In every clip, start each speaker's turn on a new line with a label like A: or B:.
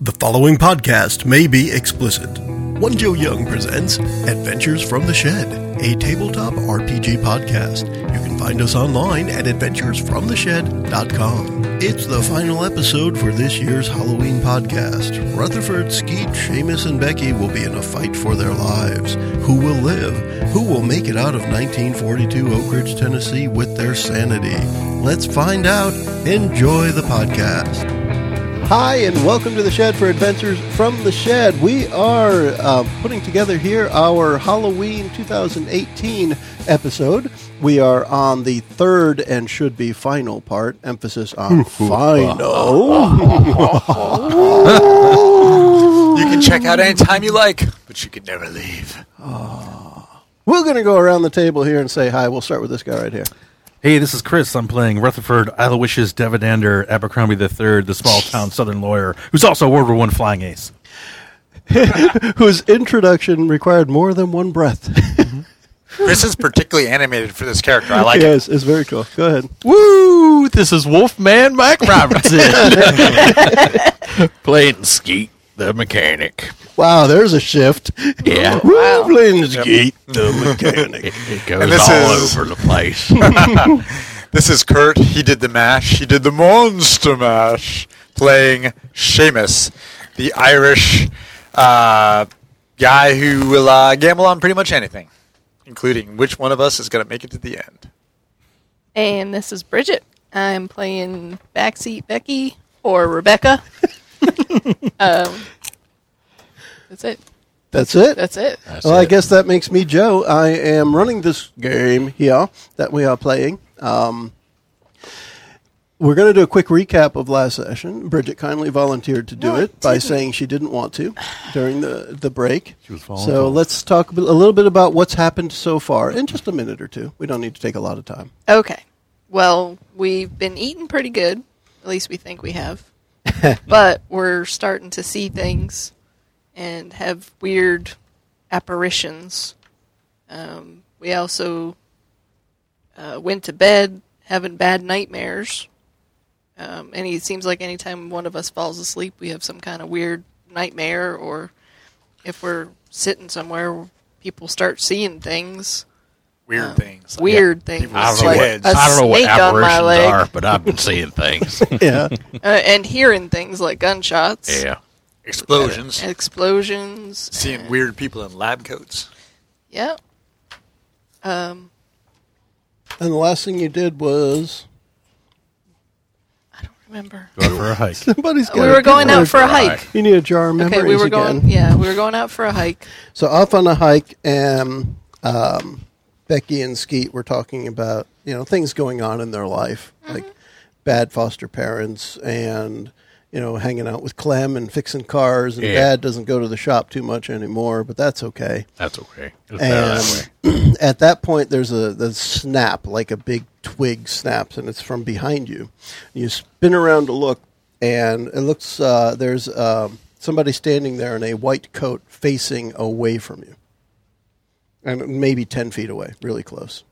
A: The following podcast may be explicit. One Joe Young presents Adventures from the Shed, a tabletop RPG podcast. You can find us online at adventuresfromtheshed.com. It's the final episode for this year's Halloween podcast. Rutherford, Skeet, Seamus, and Becky will be in a fight for their lives. Who will live? Who will make it out of 1942 Oak Ridge, Tennessee with their sanity? Let's find out. Enjoy the podcast. Hi, and welcome to the Shed for Adventures from the Shed. We are uh, putting together here our Halloween 2018 episode. We are on the third and should be final part, emphasis on final.
B: You can check out anytime you like, but you can never leave.
A: We're going to go around the table here and say hi. We'll start with this guy right here.
C: Hey, this is Chris. I'm playing Rutherford Aloysius Devidander Abercrombie III, the small town southern lawyer, who's also a World War One flying ace.
A: Whose introduction required more than one breath.
B: Chris is particularly animated for this character. I like
A: yes, it's very cool. Go ahead.
D: Woo! This is Wolfman Mike Robertson. Playing Skeet the mechanic.
A: Wow, there's a shift.
D: Yeah.
A: Rublin's Gate, the mechanic.
D: It goes
B: And this
D: all
B: is-
D: over the place.
B: it. This is Kurt. He did the mash. He did the monster mash, playing Seamus, the Irish uh, guy who will uh, gamble on pretty much anything, including which one of us is going to make it to the end.
E: And this is Bridget. I'm playing Backseat Becky or Rebecca. um, that's it.
A: That's it.
E: That's it.
A: well, I guess that makes me Joe. I am running this game here that we are playing. Um, we're going to do a quick recap of last session. Bridget kindly volunteered to do it by saying she didn't want to during the, the break. She was so let's talk a bit- a little bit about what's happened so far in just a minute or two. We don't need to take a lot of time.
E: Okay. Well, we've been eating pretty good. At least we think we have. but we're starting to see things and have weird apparitions. Um, we also uh, went to bed having bad nightmares. Um, and it seems like anytime one of us falls asleep, we have some kind of weird nightmare, or if we're sitting somewhere, people start seeing things Oh.
B: Weird things.
E: weird things.
B: People with
E: like
B: squids.
E: a
B: I
D: I don't know what
E: snake on my
D: apparitions
E: leg,
D: are, but I've been seeing things.
A: Yeah.
E: uh, and hearing things like gunshots,
D: yeah.
B: Explosions.
E: explosions,
B: Seeing weird people in lab coats.
E: yeah. Um,
A: and the last thing you did was
E: I don't remember.
C: Go out for a hike.
A: somebody's.
E: We
A: got a
E: were going out
A: memory-
E: for a hike.
A: You need a jar of memories
E: Okay, we were going.
A: again.
E: Yeah, we were going out for a hike.
A: So off on a hike, and um, Becky and Skeet were talking about you know things going on in their life, like bad foster parents, and you know hanging out with Clem and fixing cars, and
D: Yeah.
A: Dad doesn't go to the shop too much anymore, but that's okay.
D: That's okay. It's better that
E: Um,
D: way.
A: And at that point, there's a, the snap, like a big twig snaps, and it's from behind you. You spin around to look, and it looks uh, there's um, somebody standing there in a white coat facing away from you, and maybe ten feet away, really close.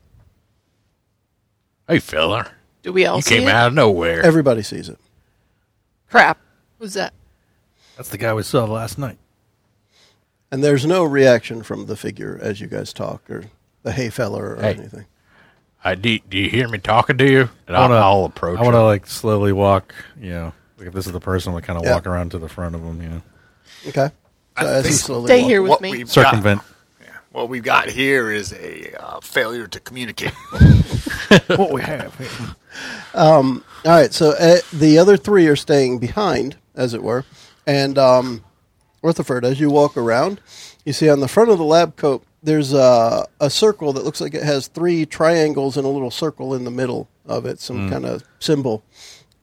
D: Hey, fella.
E: Do we all
D: You
E: see
D: came
E: it?
D: out of nowhere.
A: Everybody sees it.
E: Crap. Who's that?
C: That's the guy we saw last night.
A: And there's no reaction from the figure as you guys talk, or the hey feller, or
D: Hey.
A: anything.
D: I, do, do you hear me talking to you? And
C: I
D: I'll,
C: wanna-
D: I'll approach
C: I want to
D: him.
C: like slowly walk. You know, like if this is the person, like kind of
A: Yeah.
C: walk around to the front of him. You know,
A: Okay. So as he
B: think-
A: slowly
E: Stay
A: walks-
E: here with
B: What
E: me.
B: we've got-
C: circumvent.
B: What we've got here is a uh, failure to communicate.
C: what we have.
A: All right, so uh, the other three are staying behind, as it were. And um, Rutherford, as you walk around, you see on the front of the lab coat, there's a, a circle that looks like it has three triangles and a little circle in the middle of it, some kind of symbol.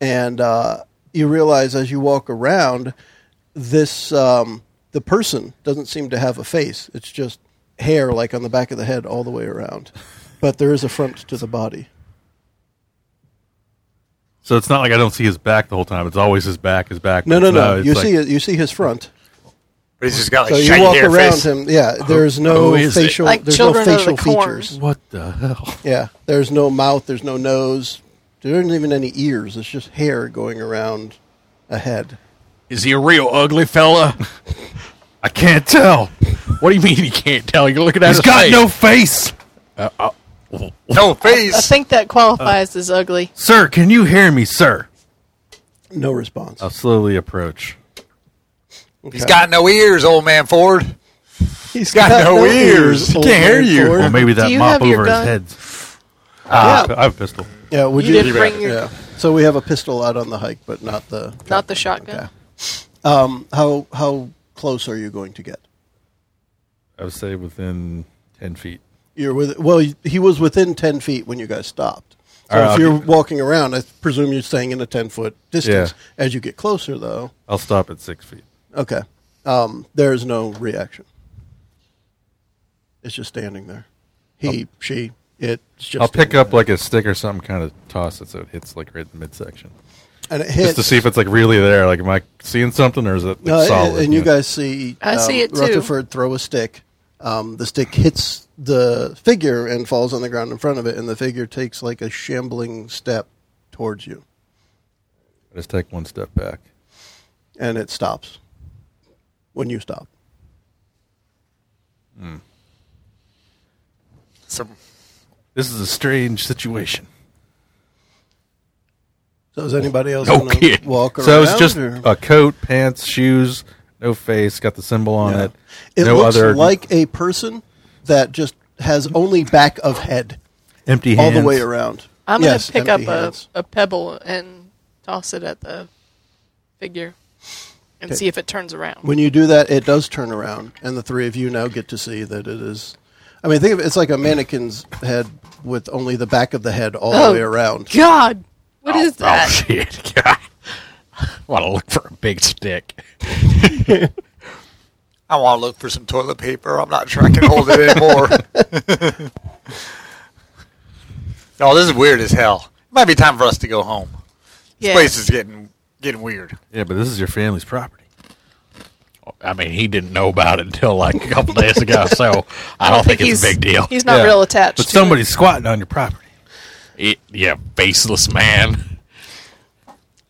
A: And uh, you realize as you walk around, this um, the person doesn't seem to have a face. It's just hair, like on the back of the head, all the way around. But there is a front to the body.
C: So it's not like I don't see his back the whole time. It's always his back, his back.
A: No,
C: but
A: no,
C: it's
A: no.
C: not- it's
A: You
C: like-
A: see, you see his front.
B: But he's just got like
A: So you
B: shiny
A: walk
B: hair
A: around
B: face. Oh,
A: him. Yeah, there's no
D: who is it?
A: facial.
E: Like
A: there's no
E: children of
A: facial
E: the corn.
A: features.
C: what the hell?
A: Yeah, there's no mouth. There's no nose. There isn't even any ears. It's just hair going around a head.
D: Is he a real ugly fella?
C: I can't tell.
D: what do you mean you can't tell? You're looking at
C: He's
D: his
C: got
D: face.
C: no face.
B: No
E: I
B: face.
E: think that qualifies as ugly.
C: Sir, can you hear me, sir?
A: No response.
C: I'll slowly approach.
B: He's got no ears, old man Ford.
A: He's
B: got no ears. He
A: old
B: can't hear
A: man
B: you.
A: Ford.
C: Well, maybe that
E: you
C: mop
E: have your
C: over his
E: gun?
C: head. Ah,
D: Uh,
A: Yeah.
C: I have a pistol.
A: Yeah, would
E: You
A: you?
E: didn't bring your
A: yeah. So we have a pistol out on the hike, but not the.
E: not the shotgun.
A: Okay. Um, how how close are you going to get?
C: I would say within 10 feet.
A: You're with well. He was within ten feet when you guys stopped. So
C: All right,
A: if
C: I'll
A: you're
C: get-
A: walking around, I presume you're staying in a ten foot distance. As you get closer, though,
C: I'll stop at six feet.
A: okay, um, there is no reaction. It's just standing there. He, she, it. It's just
C: I'll pick up like a stick or something, kind of toss it so it hits like right in the midsection,
A: and it
C: just
A: hits.
C: to see if it's like really there. Like, am I seeing something or is it like,
A: No,
C: solid?
A: and you
C: know?
A: guys see. um,
E: I see it, too.
A: Rutherford throw a stick. Um, the stick hits the figure and falls on the ground in front of it, and the figure takes like a shambling step towards you,
C: I just take one step back.
A: and it stops when you stop.
B: Some
C: This is a strange situation.
A: So is anybody else
D: No
A: gonna
D: kidding.
A: walk around?
C: So it's just
A: or-
C: a coat, pants, shoes, no face, got the symbol on
A: Yeah.
C: it.
A: It
C: no
A: looks
C: other
A: like a person that just has only back of head
C: empty
A: all
C: hands.
A: the way around.
E: I'm gonna
A: Yes,
E: pick up
A: empty
E: a,
A: hands.
E: a pebble and toss it at the figure and see if it turns around.
A: When you do that, it does turn around, and the three of you now get to see that it is. I mean, think of it, it's like a mannequin's head with only the back of the head all
E: Oh.
A: the way around.
E: God, what is
D: Oh
E: that?
D: shit! God, want to look for a big stick?
B: I want to look for some toilet paper. I'm not sure I can hold it anymore. no, this is weird as hell. It might be time for us to go home. This
E: Yeah.
B: place is getting getting weird.
C: Yeah, but this is your family's property.
D: I mean, he didn't know about it until like a couple days ago, so I don't think it's a
E: he's-
D: big deal.
E: He's not
C: Yeah.
E: real attached.
C: But
E: to
C: somebody's squatting on your property.
D: It- yeah, faceless man.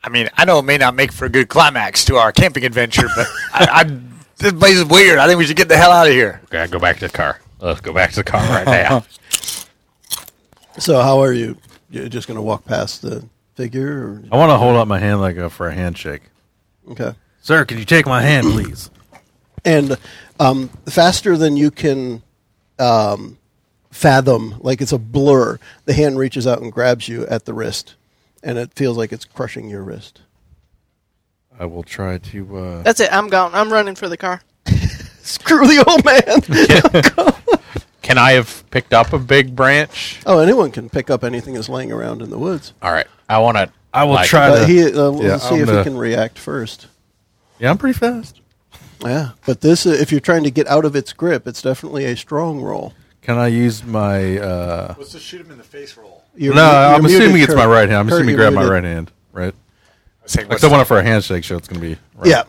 B: I mean, I know it may not make for a good climax to our camping adventure, but I, I, this place is weird. I think we should get the hell out of here.
D: Okay, go back to the car. Let's go back to the car right now.
A: So, how are you? You're just going to walk past the figure?
C: I want to hold up my hand like uh, for a handshake. Oh.
A: Or, okay.
C: Sir, can you take my hand, please?
A: And um, faster than you can um, fathom, like it's a blur, the hand reaches out and grabs you at the wrist, and it feels like it's crushing your wrist.
C: I will try to. Uh,
E: That's it. I'm gone. I'm running for the car.
A: Screw the old man!
D: Can I have picked up a big branch?
A: oh, anyone can pick up anything that's laying around in the woods.
D: All right, I want to.
C: I will try
A: But
C: to.
A: he, uh,
C: Yeah,
A: let's see
C: I'm
A: if
C: gonna-
A: he can react first.
C: yeah, I'm pretty fast.
A: Yeah, but this, uh, if you're trying to get out of its grip, it's definitely a strong roll.
C: Can I use my? Uh,
B: Let's just shoot him in the face roll.
A: You're
C: no,
A: mu- you're
C: I'm
A: muted,
C: assuming it's
A: Kurt.
C: my right hand. I'm
A: Kurt,
C: assuming you
A: you're
C: grab my
A: muted.
C: right hand, right?
B: Saying,
C: Like
B: what's-
C: someone for a handshake, so it's going to be right.
A: Yeah,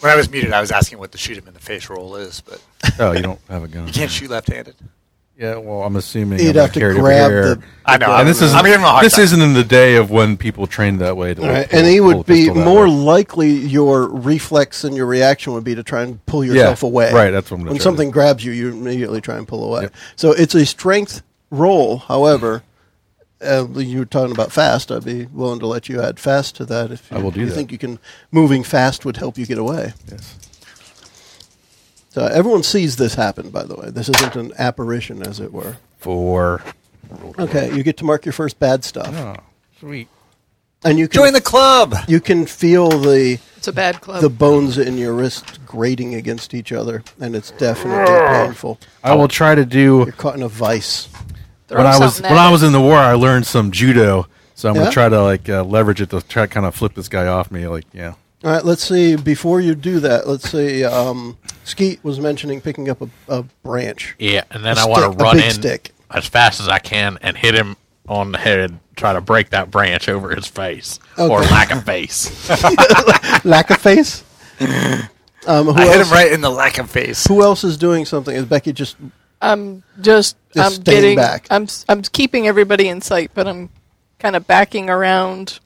B: when I was muted, I was asking what the shoot him in the face roll is, but
C: Oh, you don't have a gun.
B: you can't shoot left-handed.
C: Yeah, well, I'm assuming
A: You'd
C: I'm gonna
A: have to
C: carry it over
A: grab
C: here.
A: the-
B: I know.
C: And this is
B: I'm giving him a hard
C: this
B: time.
C: isn't in the day of when people trained that way. To like,
A: All right,
C: pull-
A: and he
C: pull a
A: would be
C: pistol that
A: more
C: way.
A: likely your reflex and your reaction would be to try and pull yourself away.
C: right, that's what I'm gonna
A: When
C: try to
A: something
C: do.
A: grabs you, you immediately try and pull away.
C: Yep.
A: So it's a strength roll. However, uh, you were talking about fast. I'd be willing to let you add fast to that if you,
C: I will do
A: you
C: that.
A: think you can. Moving fast would help you get away.
C: Yes.
A: So everyone sees this happen. By the way, this isn't an apparition, as it were.
C: Four.
A: Okay, you get to mark your first bad stuff,
C: Oh, sweet.
A: and you can
B: Join the club.
A: you can feel the
E: It's a bad club.
A: the bones in your wrist grating against each other, and it's definitely painful.
C: I will try to do
A: You're caught in a vice.
E: Throw
C: when I was
E: something at
C: when I
E: it.
C: was in the war, I learned some judo, so I'm
A: Yeah?
C: gonna try to like uh, leverage it to try to kind of flip this guy off me. Like, yeah,
A: All right, let's see. Before you do that, let's see. Um, Skeet was mentioning picking up a, a branch.
D: Yeah, and then
A: A
D: I want
A: stick-
D: to
A: a
D: run
A: big
D: in
A: stick.
D: as fast as I can and hit him on the head. Try to break that branch over his face or
A: Okay.
D: lack of face.
A: Lack of face. Um, who,
B: I hit
A: else,
B: him right in the lack of face.
A: who else is doing something? Is Becky just
E: I'm just,
A: Just
E: I'm
A: staying
E: getting
A: back.
E: I'm s- I'm keeping everybody in sight, but I'm kind of backing around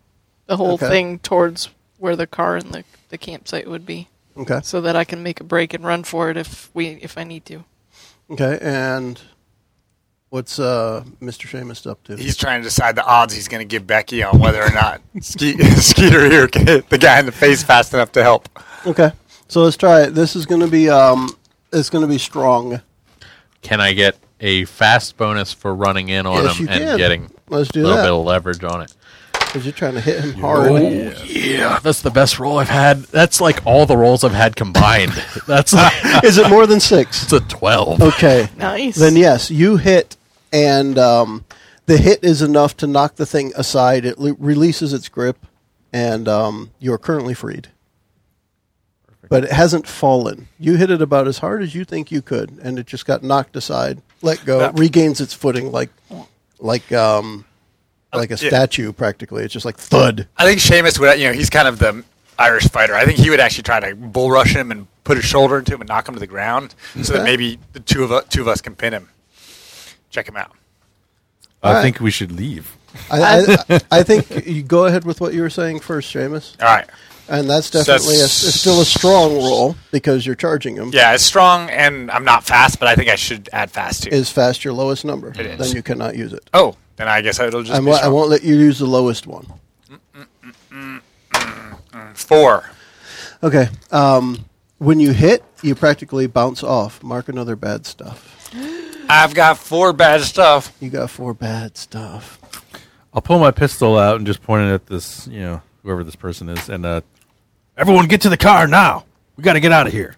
E: the whole
A: Okay.
E: thing towards where the car and the, the campsite would be,
A: Okay.
E: so that I can make a break and run for it if we if I need to.
A: Okay. And what's uh, Mr. Seamus up to?
B: He's trying to decide the odds he's going to give Becky on whether or not Ske- Skeeter here can hit the guy in the face fast enough to help.
A: okay. So let's try it. This is going to be um, it's going to be strong.
D: Can I get a fast bonus for running in on
A: Yes,
D: him
A: you
D: and
A: can.
D: getting
A: Let's
D: a
A: do
D: little
A: that
D: bit of leverage on it?
A: 'cause you're trying to hit him hard.
D: yeah. that's the best roll I've had. That's like all the rolls I've had combined. that's like,
A: Is it more than six?
D: it's a twelve.
A: Okay.
E: Nice.
A: Then yes, you hit, and um, the hit is enough to knock the thing aside. It le- releases its grip, and um, you are currently freed. But it hasn't fallen. You hit it about as hard as you think you could, and it just got knocked aside, let go, regains its footing like, like, um,
D: Oh,
A: like a
B: yeah.
A: statue practically. It's just like thud.
B: I think Sheamus would, you know, he's kind of the Irish fighter. I think he would actually try to bull rush him and put his shoulder into him and knock him to the ground, so that
A: Okay.
B: maybe the two of us, two of us can pin him. Check him out.
C: I
A: Alright.
C: think we should leave.
A: I, I, I think you go ahead with what you were saying first, Seamus.
B: All right.
A: And that's
B: That's-
A: definitely a, it's still a strong roll because you're charging him.
B: Yeah, it's strong, and I'm not fast, but I think I should add fast too.
A: is fast your lowest number.
B: It is.
A: Then you cannot use it.
B: oh, then I guess it'll just
A: I'm,
B: be
A: I
B: strong.
A: won't let you use the lowest one.
B: four.
A: Okay. Um, when you hit, you practically bounce off. Mark another bad stuff.
B: I've got four bad stuff.
A: You got four bad stuff.
C: I'll pull my pistol out and just point it at this, you know, whoever this person is, and uh, everyone get to the car now. We got to get out of here.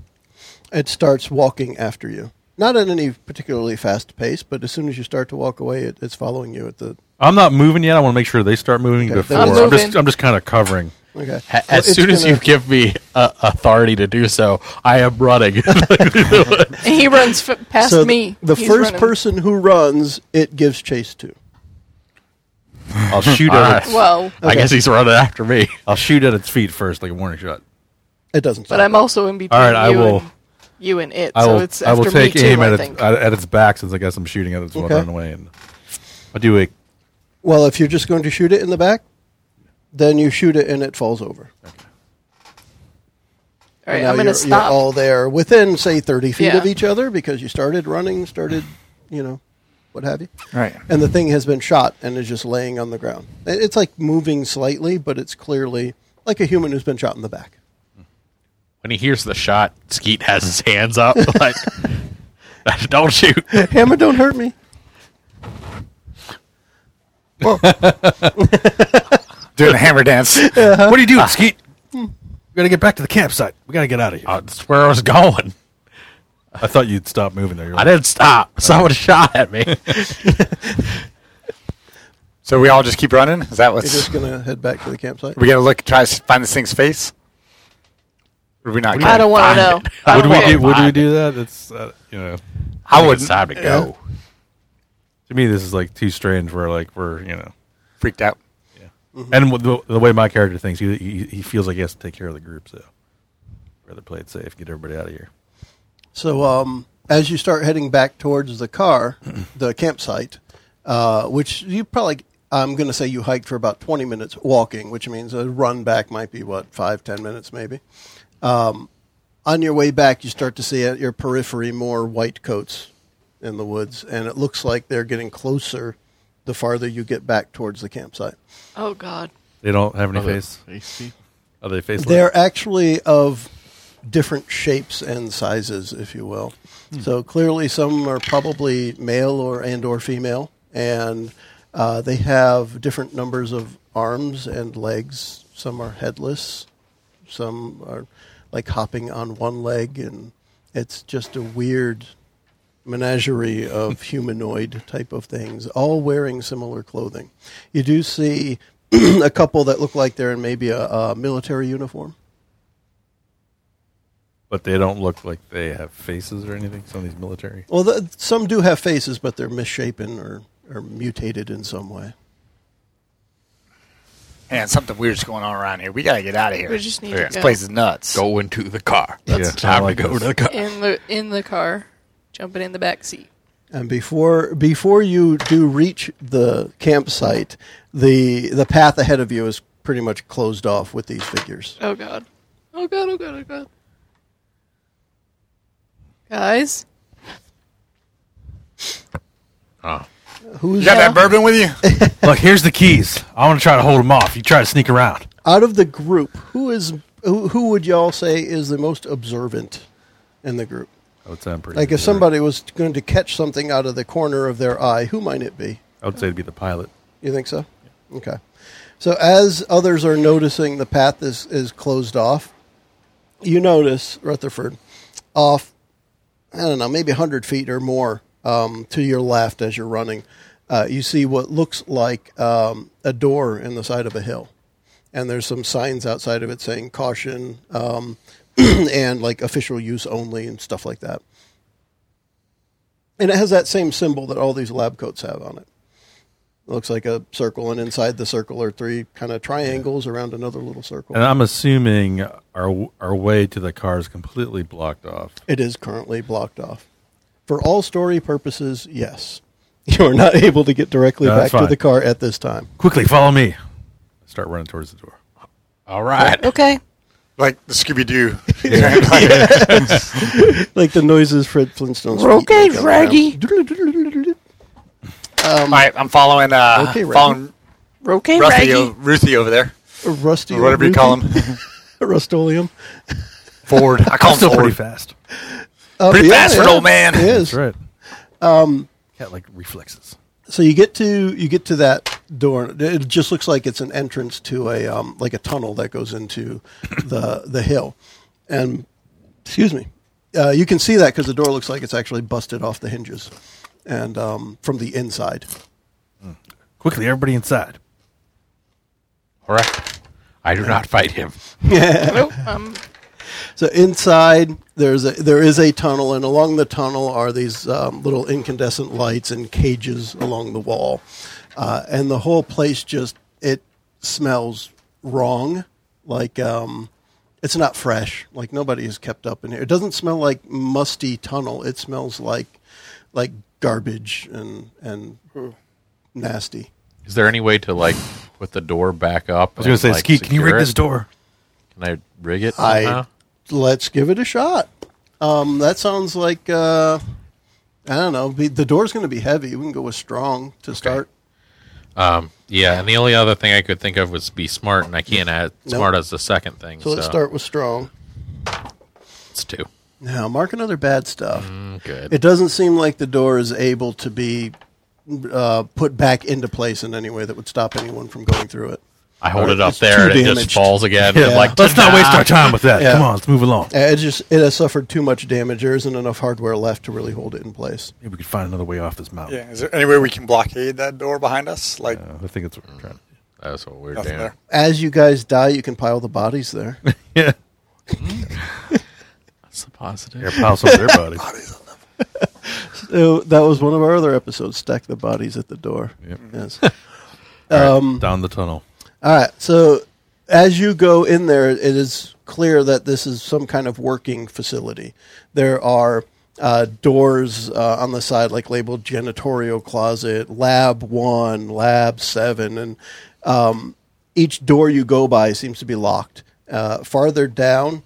A: It starts walking after you. Not at any particularly fast pace, but as soon as you start to walk away, it, it's following you at the.
C: I'm not moving yet. I want to make sure they start moving
A: Okay,
C: before.
A: they're
C: I'm,
E: moving.
C: just, I'm just kind of covering.
A: Okay.
D: A-
A: So
D: As
A: it's
D: soon as
A: gonna-
D: you give me uh, authority to do so, I am running.
E: and he runs f- past
A: so
E: me.
A: The
E: He's
A: first
E: running.
A: person who runs, it gives chase to.
C: I'll shoot at its,
E: Whoa.
D: I guess he's running after me.
C: I'll shoot at its feet first, like a warning shot.
A: It doesn't.
E: But
A: stop.
E: I'm also in between
C: All right, I
E: you,
C: will-
E: and, you and it.
C: I will.
E: so it's
C: I will
E: after
C: take
E: me too,
C: aim
E: I
C: at its,
E: think.
C: at, at its back since I guess I'm shooting at its while
A: Okay.
C: running away, and I do a
A: well, if you're just going to shoot it in the back, then you shoot it and it falls over.
E: All right,
A: Now
E: I'm going
A: you're,
E: to stop.
A: You're all there within, say, 30 feet of
E: Yeah.
A: each other because you started running, started, you know, what have you.
B: Right.
A: And the thing has been shot and is just laying on the ground. It- It's like moving slightly, but it's clearly like a human who's been shot in the back.
D: When he hears the shot, Skeet has his hands up. Like, don't shoot.
A: Hammer, don't hurt me.
B: Doing a hammer dance.
C: What are you doing, Skeet? We gotta get back to the campsite. We gotta get out of here.
D: That's where I was going.
C: Uh, I thought you'd stop moving there. You're
D: I
C: like,
D: didn't stop. Someone shot at me.
B: so we all just keep running. Is that
A: You're
B: what's?
A: just going to head back to the campsite.
B: we gotta look, try to find this thing's face. Or we not?
E: I don't want
D: Find
E: to know.
D: it.
E: I
C: would
E: don't
C: we
E: care.
C: do? Would we do that? That's uh, you know.
B: I
D: It's
B: wouldn't.
D: time to go.
C: To me, this is like too strange. Where like we're you know,
B: Freaked out.
C: and with the, the way my character thinks, he, he he feels like he has to take care of the group. So rather play it safe, get everybody out of here.
A: So, um, as you start heading back towards the car, the campsite, uh, which you probably, I'm going to say you hiked for about 20 minutes walking, which means a run back might be, what, five, 10 minutes maybe. Um, on your way back, you start to see at your periphery more white coats in the woods, and it looks like they're getting closer the farther you get back towards the campsite.
E: Oh, God.
C: They don't have any face. Are they faceless?
A: They're actually of different shapes and sizes, if you will. So clearly, some are probably male or and or female, and uh, they have different numbers of arms and legs. Some are headless. Some are like hopping on one leg, and it's just a weird menagerie of humanoid type of things, all wearing similar clothing. You do see a couple that look like they're in maybe a, a military uniform.
C: but they don't look like they have faces or anything. Some of these military.
A: Well, th some do have faces, but they're misshapen or, or mutated in some way.
B: Man, something weird's going on around here. We gotta get out of here.
E: We just need
D: Yeah.
E: to
B: this
E: go.
B: place is nuts.
D: Go into the car.
C: Yeah,
D: It's time
C: I like
D: to go
C: this.
D: to the car.
E: In the, in the car, jumping in the back seat.
A: And before before you do reach the campsite, the the path ahead of you is pretty much closed off with these figures.
E: Oh god. Oh god, oh god, oh god. Guys,
D: Oh.
A: Who's
B: You got that bourbon with you?
C: Look, here's the keys. I want to try to hold them off. You try to sneak around.
A: out of the group? Who is who, who would y'all say is the most observant in the group?
C: I would say I'm pretty.
A: Like if
C: good.
A: somebody was going to catch something out of the corner of their eye, who might it be?
C: I would say it'd be the pilot.
A: You think so? Okay. So as others are noticing the path is, is closed off, you notice Rutherford off, I don't know, maybe 100 feet or more um, to your left as you're running. Uh, you see what looks like um, a door in the side of a hill. And there's some signs outside of it saying caution um, and like official use only and stuff like that. And it has that same symbol that all these lab coats have on it. It looks like a circle, and inside the circle are three kind of triangles around another little circle.
C: And I'm assuming our our way to the car is completely blocked off.
A: It is currently blocked off. For all story purposes, yes. You are not able to get directly
C: No,
A: back
C: that's
A: to the
C: fine.
A: car at this time.
C: Quickly, follow me. Start running towards the door.
D: All right.
E: okay.
B: like the Scooby Doo.
A: Like the noises Fred Flintstone's. feet
E: Okay,
A: make on the ground.
B: All right, I'm following. Uh,
A: Okay, Raggy.
B: following
E: Okay,
B: Ruthie,
E: Raggy.
B: o- Ruthie over there,
A: Rusty.
B: or whatever you call him.
A: Rustolium.
B: Ford. I call
C: I'm
B: him
C: still pretty
B: Ford.
C: fast.
A: Uh,
B: Pretty fast for an old man.
A: It is.
C: That's right. Um, cat like reflexes.
A: so you get to you get to that door it just looks like it's an entrance to a um, like a tunnel that goes into the the hill and excuse me uh, you can see that because the door looks like it's actually busted off the hinges and um, from the inside
C: Quickly, everybody inside.
D: All right. I do not fight him.
E: Nope, um,
A: so inside there's a there is a tunnel and along the tunnel are these um, little incandescent lights and cages along the wall uh, and the whole place just it smells wrong like um it's not fresh like nobody has kept up in here it doesn't smell like musty tunnel it smells like like garbage and and nasty
D: Is there any way to like put the door back up?
C: I was going to say, Skeet, can you rig this door?
D: Can I rig it?
A: I
D: somehow?
A: let's give it a shot. Um, that sounds like uh, I don't know. Be, the door's going to be heavy. We can go with strong to start.
D: Um, yeah, and the only other thing I could think of was be smart, and I can't add smart as the second thing.
A: So,
D: So,
A: let's start with strong.
D: It's two.
A: Now mark another bad stuff.
D: Mm, Good.
A: It doesn't seem like the door is able to be uh, put back into place in any way that would stop anyone from going through it.
D: I hold it up
A: it's
D: there, and
A: too
D: it just
A: damaged.
D: falls again.
A: Yeah.
D: and like,
C: Let's not waste our time with that.
A: Yeah.
C: Come on, let's move along.
A: Uh, It just it has suffered too much damage. There isn't enough hardware left to really hold it in place.
C: Maybe we could find another way off this mountain.
B: Yeah, is there any way we can blockade that door behind us? Like
C: Uh, I think that's what we're trying to do.
D: That's what we're
B: nothing
D: doing.
B: there.
A: As you guys die, you can pile the bodies there.
C: Yeah.
D: That's the positive.
C: Air pile some of their bodies.
A: so that was one of our other episodes. Stack the bodies at the door.
C: Yep.
A: Yes. Um,
C: Down the tunnel.
A: All right. So as you go in there, it is clear that this is some kind of working facility. There are uh, doors uh, on the side, like labeled janitorial closet, lab one, lab seven, and um, each door you go by seems to be locked. Uh, farther down,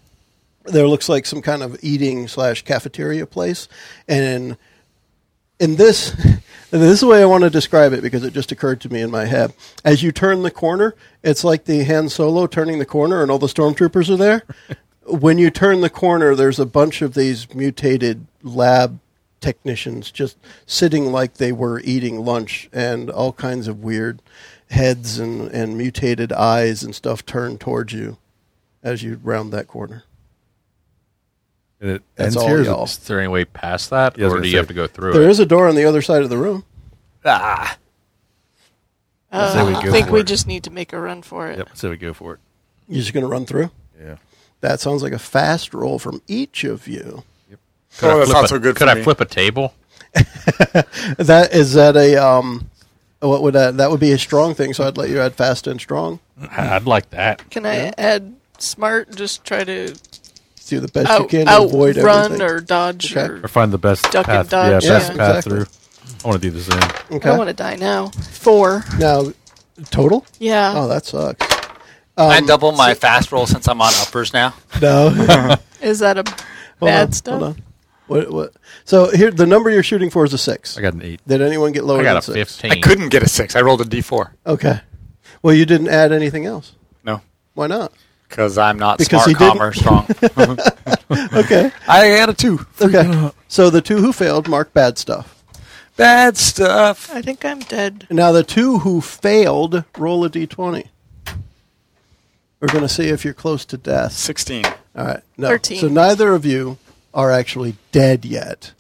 A: there looks like some kind of eating slash cafeteria place, and in this and this is the way I want to describe it because it just occurred to me in my head. As you turn the corner, it's like the Han Solo turning the corner, and all the stormtroopers are there. when you turn the corner, there's a bunch of these mutated lab technicians just sitting like they were eating lunch, and all kinds of weird heads and, and mutated eyes and stuff turned towards you as you round that corner.
C: And it
A: That's
C: ends
A: all,
C: here. is it-
A: y'all.
D: Is there any way past that,
C: Yeah, I was
D: or
C: gonna
D: do you
C: say-
D: have to go through
A: Oh. There
D: it?
A: is a door on the other side of the room.
B: Ah,
E: uh,
C: say we
E: I
C: go
E: think
C: for
E: we
C: it.
E: just need to make a run for it.
C: Yep, so we go for it.
A: You're just going to run through.
C: Yeah.
A: That sounds like a fast roll from each of you.
D: Could
B: Oh,
D: I
B: that's
D: flip
B: not
D: a-
B: so good
D: Could
B: for
D: I
B: me.
D: flip a table?
A: That is that a um, what would that that would be a strong thing? So I'd let you add fast and strong.
D: I'd like that.
E: Can I add smart? Just try to
A: Do the best you
E: out,
A: can to
E: out
A: avoid
E: Oh, run
A: everything.
E: or dodge.
A: Okay.
E: Or,
C: Or find the best
E: Duck and
C: path.
E: dodge,
C: yeah, best
A: yeah.
C: path
A: Exactly.
C: through. I want to do the same.
A: okay.
E: I want to die now. Four.
A: now total.
E: Yeah.
A: Oh, that sucks.
F: Can I double my fast roll since I'm on uppers now.
A: No. Hold
E: Is that a
A: on,
E: bad stuff?
A: Hold on. What, what? So here, the number you're shooting for is a six.
D: I got an eight.
A: Did anyone get lower
D: I got
A: than
D: a
A: six?
D: fifteen.
B: I couldn't get a six. I rolled a d4.
A: Okay. Well, you didn't add anything else.
B: No,
A: Why not?
B: because I'm not
A: Because he
B: smart,
A: didn't.
B: calm, or strong.
A: Okay.
B: I had a two.
A: Okay. So the two who failed marked bad stuff.
B: Bad stuff.
E: I think I'm dead.
A: Now the two who failed roll a d20. We're going to see if you're close to death.
B: Sixteen.
A: All right. No.
E: 13.
A: So neither of you are actually dead yet.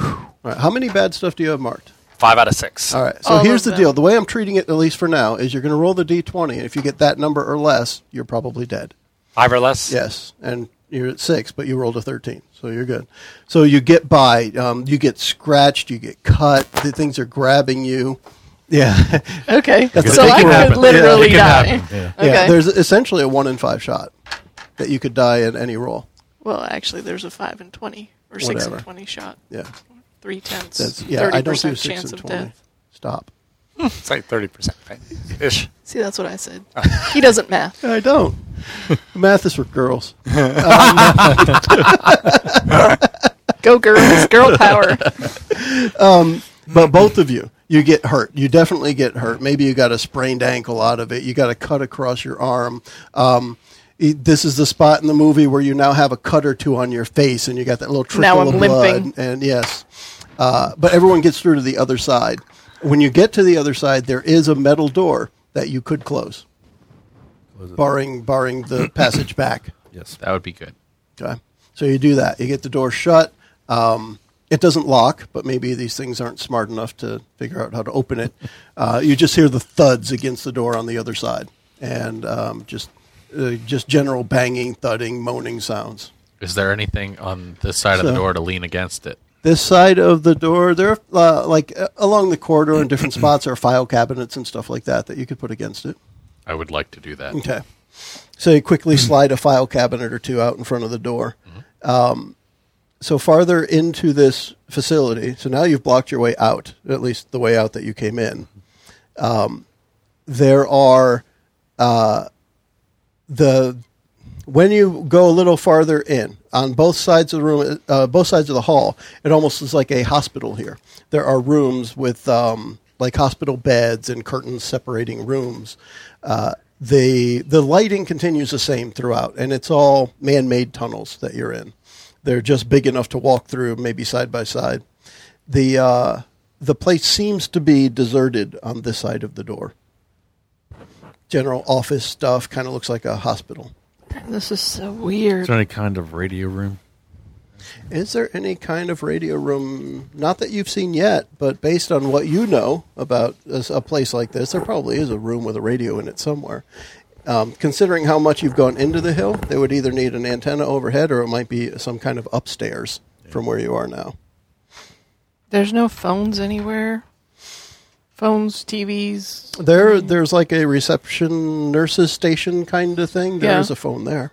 A: All right. How many bad stuff do you have marked?
F: Five out of six.
A: All right. So
E: All
A: here's
E: of
A: the
E: them.
A: deal. The way I'm treating it, at least for now, is you're going to roll the d20. And if you get that number or less, you're probably dead.
F: Five or less.
A: Yes, and you're at six, but you rolled a thirteen, so you're good. So you get by. Um, you get scratched. You get cut. The things are grabbing you. Yeah,
E: Okay.
A: Because
E: so
A: it
E: I
A: can
E: could
A: happen.
E: literally
D: Yeah, it
E: die.
D: can happen, yeah.
E: Okay.
A: yeah. There's essentially a one in five shot that you could die at any roll.
E: well, actually, there's a 5 and 20 or 6
A: Whatever.
E: and 20 shot.
A: Yeah,
E: Three tenths.
A: that's yeah. I don't
E: 30%
A: do six
E: chance
A: and
E: of
A: twenty.
E: death.
A: Stop.
B: It's like thirty percent ish.
E: See, that's what I said. he doesn't math.
A: I don't. Math is for girls.
E: Go, girls. Girl power.
A: But both of you, you get hurt. You definitely get hurt. Maybe you got a sprained ankle out of it. You got a cut across your arm. Um, e- this is the spot in the movie where you now have a cut or two on your face, and you got that little trickle
E: Now I'm
A: of blood.
E: limping.
A: And yes, uh, but everyone gets through to the other side. When you get to the other side, there is a metal door that you could close, barring barring the passage back.
C: Yes.
D: That would be good.
A: Okay. So you do that. You get the door shut. Um, it doesn't lock, but maybe these things aren't smart enough to figure out how to open it. Uh, you just hear the thuds against the door on the other side, and um, just uh, just general banging, thudding, moaning sounds.
D: Is there anything on this side of
A: So-
D: the door to lean against it?
A: This side of the door, there are, uh, like uh, along the corridor in different spots are file cabinets and stuff like that that you could put against it.
D: I would like to do that.
A: Okay. So you quickly slide a file cabinet or two out in front of the door. Um, so farther into this facility, so now you've blocked your way out, at least the way out that you came in. Um, there are uh, the when you go a little farther in on both sides of the room, uh, both sides of the hall, it almost is like a hospital here. There are rooms with um, like hospital beds and curtains separating rooms. Uh, the the lighting continues the same throughout, and it's all man made tunnels that you're in. They're just big enough to walk through, maybe side by side. The uh, the place seems to be deserted on this side of the door. General office stuff kind of looks like a hospital.
E: This is so
C: Is
E: weird.
C: there any kind of radio room?
A: Is there any kind of radio room, not that you've seen yet, but based on what you know about a, a place like this, there probably is a room with a radio in it somewhere. Um, considering how much you've gone into the hill, they would either need an antenna overhead or it might be some kind of upstairs from where you are now.
E: There's no phones anywhere. Phones, TVs.
A: There, there's like a reception nurses station kind of thing. There is
E: Yeah.
A: a phone there,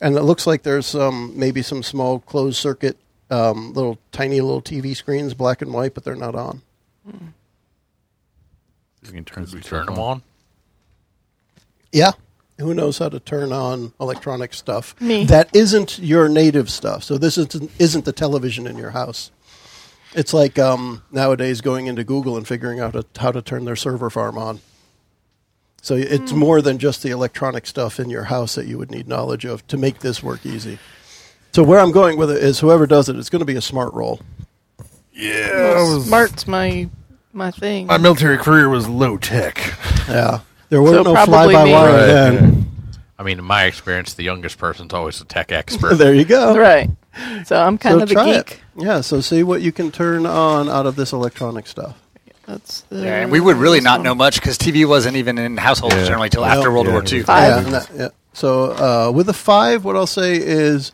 A: and it looks like there's um, maybe some small closed circuit, um, little tiny little TV screens, black and white, but they're not on.
C: You can turn,
D: We turn them on.
A: Yeah. Who knows how to turn on electronic stuff?
E: Me.
A: That isn't your native stuff. So this isn't, isn't the television in your house. It's like um, nowadays going into Google and figuring out how to turn their server farm on. So it's
E: Hmm.
A: more than just the electronic stuff in your house that you would need knowledge of to make this work easy. So where I'm going with it is whoever does it, it's going to be a smart role.
E: Well, smart's my my thing.
C: My military career was low tech.
A: Yeah. There weren't
E: So
A: no fly
E: probably
A: by
E: me.
A: wire
E: Right,
A: then.
D: I mean, in my experience, the youngest person's always the tech expert.
A: There you go.
E: right. So I'm kind
A: so
E: of a
A: try
E: geek.
A: It. Yeah, so see what you can turn on out of this electronic stuff.
E: That's the,
F: Yeah, and we would really not know much because TV wasn't even in households generally till after World
C: Yeah.
F: War II.
E: Five.
A: Yeah, and that- yeah. So uh, with a five, what I'll say is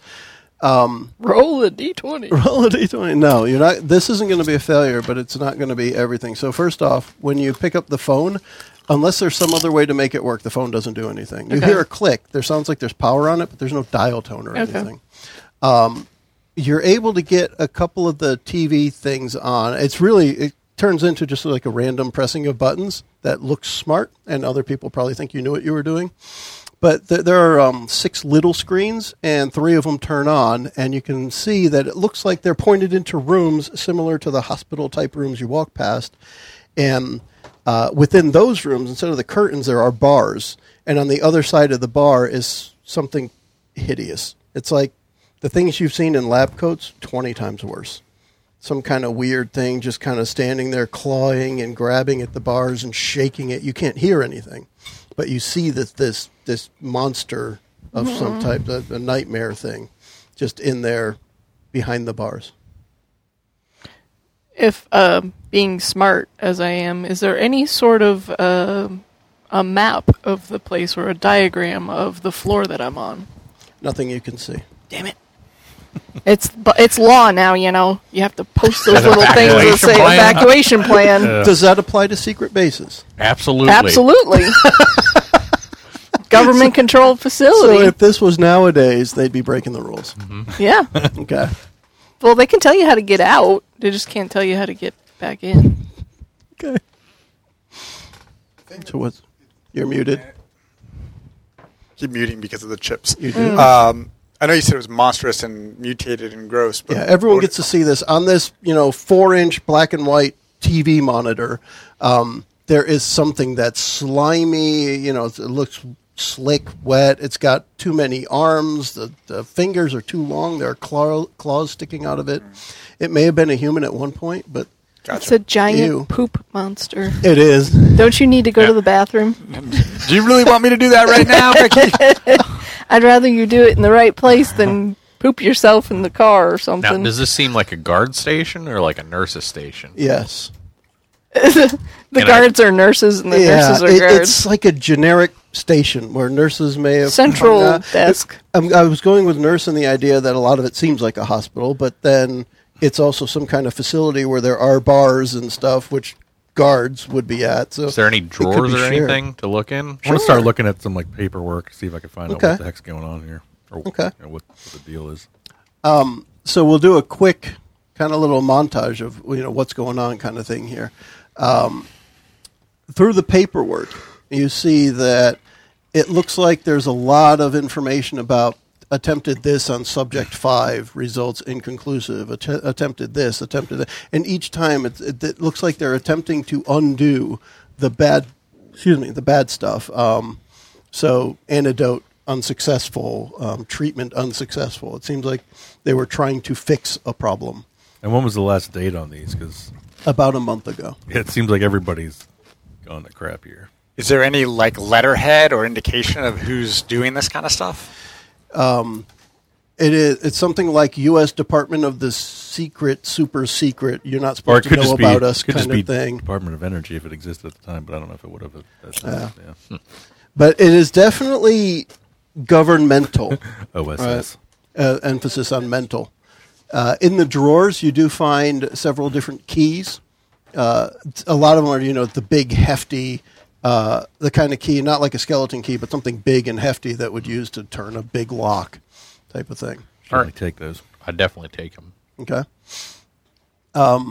E: roll a d20.
A: roll a d20. No, you're not. This isn't going to be a failure, but it's not going to be everything. So first off, when you pick up the phone, unless there's some other way to make it work, the phone doesn't do anything. You
E: Okay.
A: hear a click. There sounds like there's power on it, but there's no dial tone or
E: Okay.
A: anything. Um, you're able to get a couple of the TV things on. It's really it, turns into just like a random pressing of buttons that looks smart, and other people probably think you knew what you were doing. But th- there are um, six little screens, and three of them turn on, and you can see that it looks like they're pointed into rooms similar to the hospital type rooms you walk past. And uh, within those rooms, instead of the curtains, there are bars, and on the other side of the bar is something hideous. It's like the things you've seen in lab coats, twenty times worse some kind of weird thing just kind of standing there clawing and grabbing at the bars and shaking it. You can't hear anything, but you see that this this monster of some type, a, a nightmare thing, just in there behind the bars.
E: If uh, being smart as I am, is there any sort of uh, a map of the place or a diagram of the floor that I'm on?
A: Nothing you can see.
E: Damn it! it's bu- it's law now. You know you have to post those little things that
D: Evacuation
E: say
D: plan.
E: evacuation plan.
A: Does that apply to secret bases?
C: Absolutely.
E: Absolutely. Government controlled
A: So
E: facility.
A: if this was nowadays, they'd be breaking the rules.
E: yeah.
A: Okay.
E: Well, they can tell you how to get out. They just can't tell you how to get back in.
A: Okay. So what's you're muted.
B: Keep muting because of the chips.
A: You do.
B: Um, I know you said it was monstrous and mutated and gross, but
A: Yeah, everyone
B: what-
A: gets to see this on this, you know, four-inch black and white TV monitor. Um, there is something that's slimy. You know, it looks slick, wet. It's got too many arms. The, the fingers are too long. There are claw, claws sticking out of it. It may have been a human at one point, but
E: It's a giant
A: Ew.
E: poop monster.
A: it is.
E: Don't you need to go to the bathroom?
B: Do you really want me to do that right now, Becky?
E: I'd rather you do it in the right place than poop yourself in the car or
D: Now,
E: something.
D: does this seem like a guard station or like a nurse's station?
A: yes.
E: the
D: and I-
E: guards are nurses and the nurses are
A: it- it's
E: guards.
A: like a generic station where nurses may have
E: Central
A: hung out.
E: desk.
A: I'm, I was going with nurse and the idea that a lot of it seems like a hospital, but then it's also some kind of facility where there are bars and stuff, which guards would be at. So
D: Is there any
A: it could
D: drawers
A: be
D: or
A: shared.
D: anything to look in?
C: I want to start looking at some like paperwork, see if I can find out
A: Okay.
C: what the heck's going on here, or
A: Okay.
C: you know, what, what the deal is.
A: So we'll do a quick kind of little montage of you know what's going on, kind of thing here. through the paperwork, you see that it looks like there's a lot of information about attempted this on subject five results inconclusive att- attempted this attempted that and each time it, it, it looks like they're attempting to undo the bad excuse me the bad stuff um, so antidote unsuccessful um, treatment unsuccessful it seems like they were trying to fix a problem
C: And when was the last date on these? Because
A: about a month ago
C: it seems like everybody's gone to crap here.
B: Is there any like letterhead or indication of who's doing this kind of stuff?
A: It is. It's something like U.S. Department of the Secret, super secret. You're not
C: Or
A: supposed
C: it
A: to
C: could
A: know
C: just
A: about
C: be
A: us,
C: could
A: kind
C: just be
A: of thing.
C: Department of Energy if it existed at the time, but I don't know if it would have. at that time. yeah.
A: But it is definitely governmental.
C: OSS.
A: uh, emphasis on mental. Uh, in the drawers, you do find several different keys. Uh, t- a lot of them are, you know, the big, hefty, uh, the kind of key, not like a skeleton key, but something big and hefty that would use to turn a big lock, type of thing.
C: Should I
D: Alright.
C: take those?
D: I definitely take them.
A: Okay. Um, a-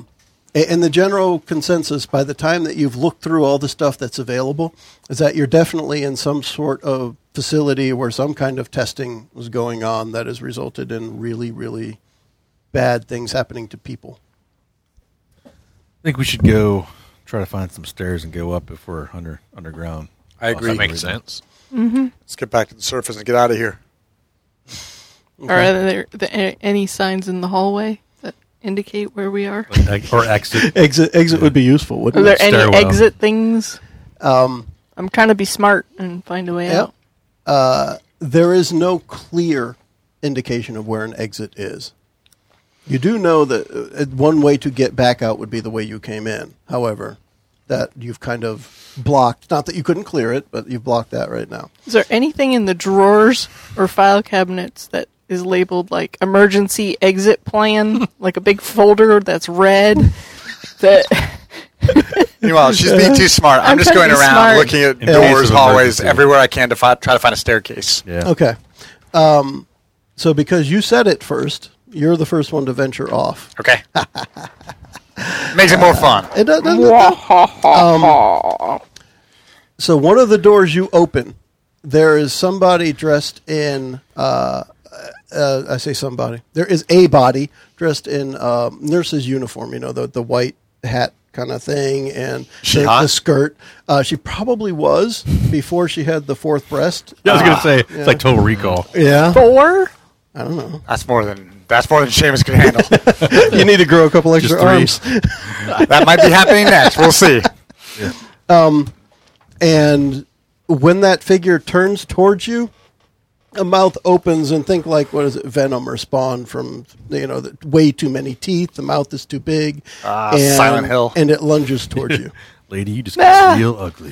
A: and the general consensus by the time that you've looked through all the stuff that's available is that you're definitely in some sort of facility where some kind of testing was going on that has resulted in really, really bad things happening to people.
C: I think we should go try to find some stairs and go up if we're under underground.
B: I agree.
D: That makes sense.
B: Let's get back to the surface and get out of here.
E: Are there, there any signs in the hallway that indicate where we are?
C: Ex- or exit.
A: Exit, exit would be useful,
E: Are
A: wouldn't
E: there
A: it?
E: any
C: Stairwell.
E: exit things?
A: Um,
E: I'm trying to be smart and find a way
A: Yep. Uh,
E: out.
A: there is no clear indication of where an exit is. You do know that uh, one way to get back out would be the way you came in. However, that you've kind of blocked. Not that you couldn't clear it, but you've blocked that right now.
E: Is there anything in the drawers or file cabinets that is labeled like emergency exit plan, like a big folder that's red? That
B: Meanwhile, she's being too smart. I'm,
E: I'm
B: just going
E: trying to be
B: around
E: smart.
B: looking at
C: In case
B: doors,
C: of
B: hallways,
C: emergency.
B: everywhere I can to fi- try to find a staircase.
C: Yeah.
A: Okay. Um, so because you said it first, you're the first one to venture off.
B: Okay. Makes it more fun.
A: It does- does- um, so one of the doors you open, there is somebody dressed in. Uh, uh, I say somebody. There is a body dressed in um, nurse's uniform. You know the the white hat kind of thing and
B: She
A: the,
B: hot?
A: the skirt. Uh, she probably was before she had the fourth breast. Uh,
C: I was gonna
D: Ah.
C: say it's like Total Recall.
A: Yeah,
E: Four?
B: That's more than that's more than Seamus can handle.
A: you need to grow a couple extra
C: three.
A: arms.
B: that might be happening next. We'll see.
A: And when that figure turns towards you, a mouth opens and think like what is it, Venom or Spawn from you know the, way too many teeth. The mouth is too big.
B: Ah, Silent Hill.
A: and it lunges towards you.
C: Lady, you just got real ugly.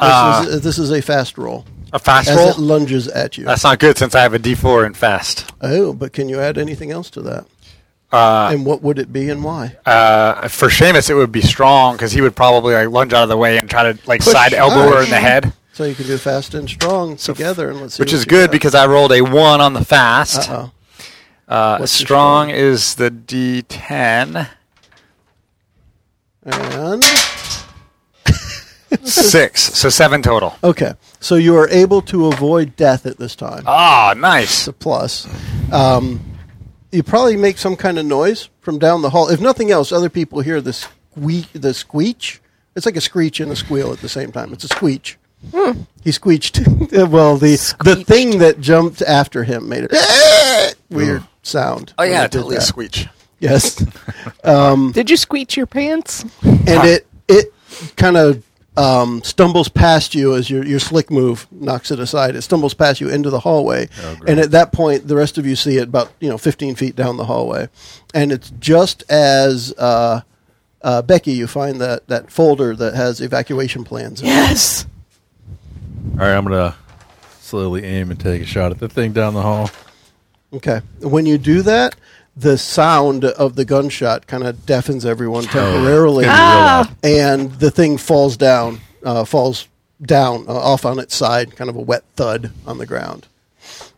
A: This, is, uh, this is a fast roll
B: A Ah. fast
A: as it
B: roll.
A: lunges at you.
B: That's not good since I have a D four in fast.
A: Oh, but can you add anything else to that? and what would it be and why?
B: Uh, for Seamus, it would be strong because he would probably like lunge out of the way and try to like
A: Push.
B: side elbow her
A: Nice.
B: in the head,
A: so you can do fast and strong together, and let's see
B: which
A: what
B: is
A: you
B: good
A: got.
B: because I rolled a one on the fast.
A: Uh-oh.
B: Uh,
A: What's your
B: strong is the D ten.
A: and
B: Six, so seven total.
A: okay, so you are able to avoid death at this time.
B: Ah, nice.
A: it's a plus. Um, you probably make some kind of noise from down the hall. If nothing else, other people hear the squeak, the screech. It's like a screech and a squeal at the same time. It's a squeech. He screeched. well, the the thing that jumped after him made a weird sound.
F: Oh,
A: when
F: yeah,
A: it did
F: totally
A: that.
F: a
B: Squeech.
A: Yes,
G: Did you squeeze your pants?
A: and it it kind of um, stumbles past you as your your slick move knocks it aside. It stumbles past you into the hallway, and at that point, the rest of you see it about you know fifteen feet down the hallway, and it's just as uh, uh, Becky, you find that that folder that has evacuation plans. in it.
E: Yes.
C: All right, I'm gonna slowly aim and take a shot at the thing down the hall.
A: Okay, when you do that. The sound of the gunshot kind of deafens everyone temporarily.
E: Ah,
A: and the thing falls down, uh, falls down uh, off on its side, kind of a wet thud on the ground.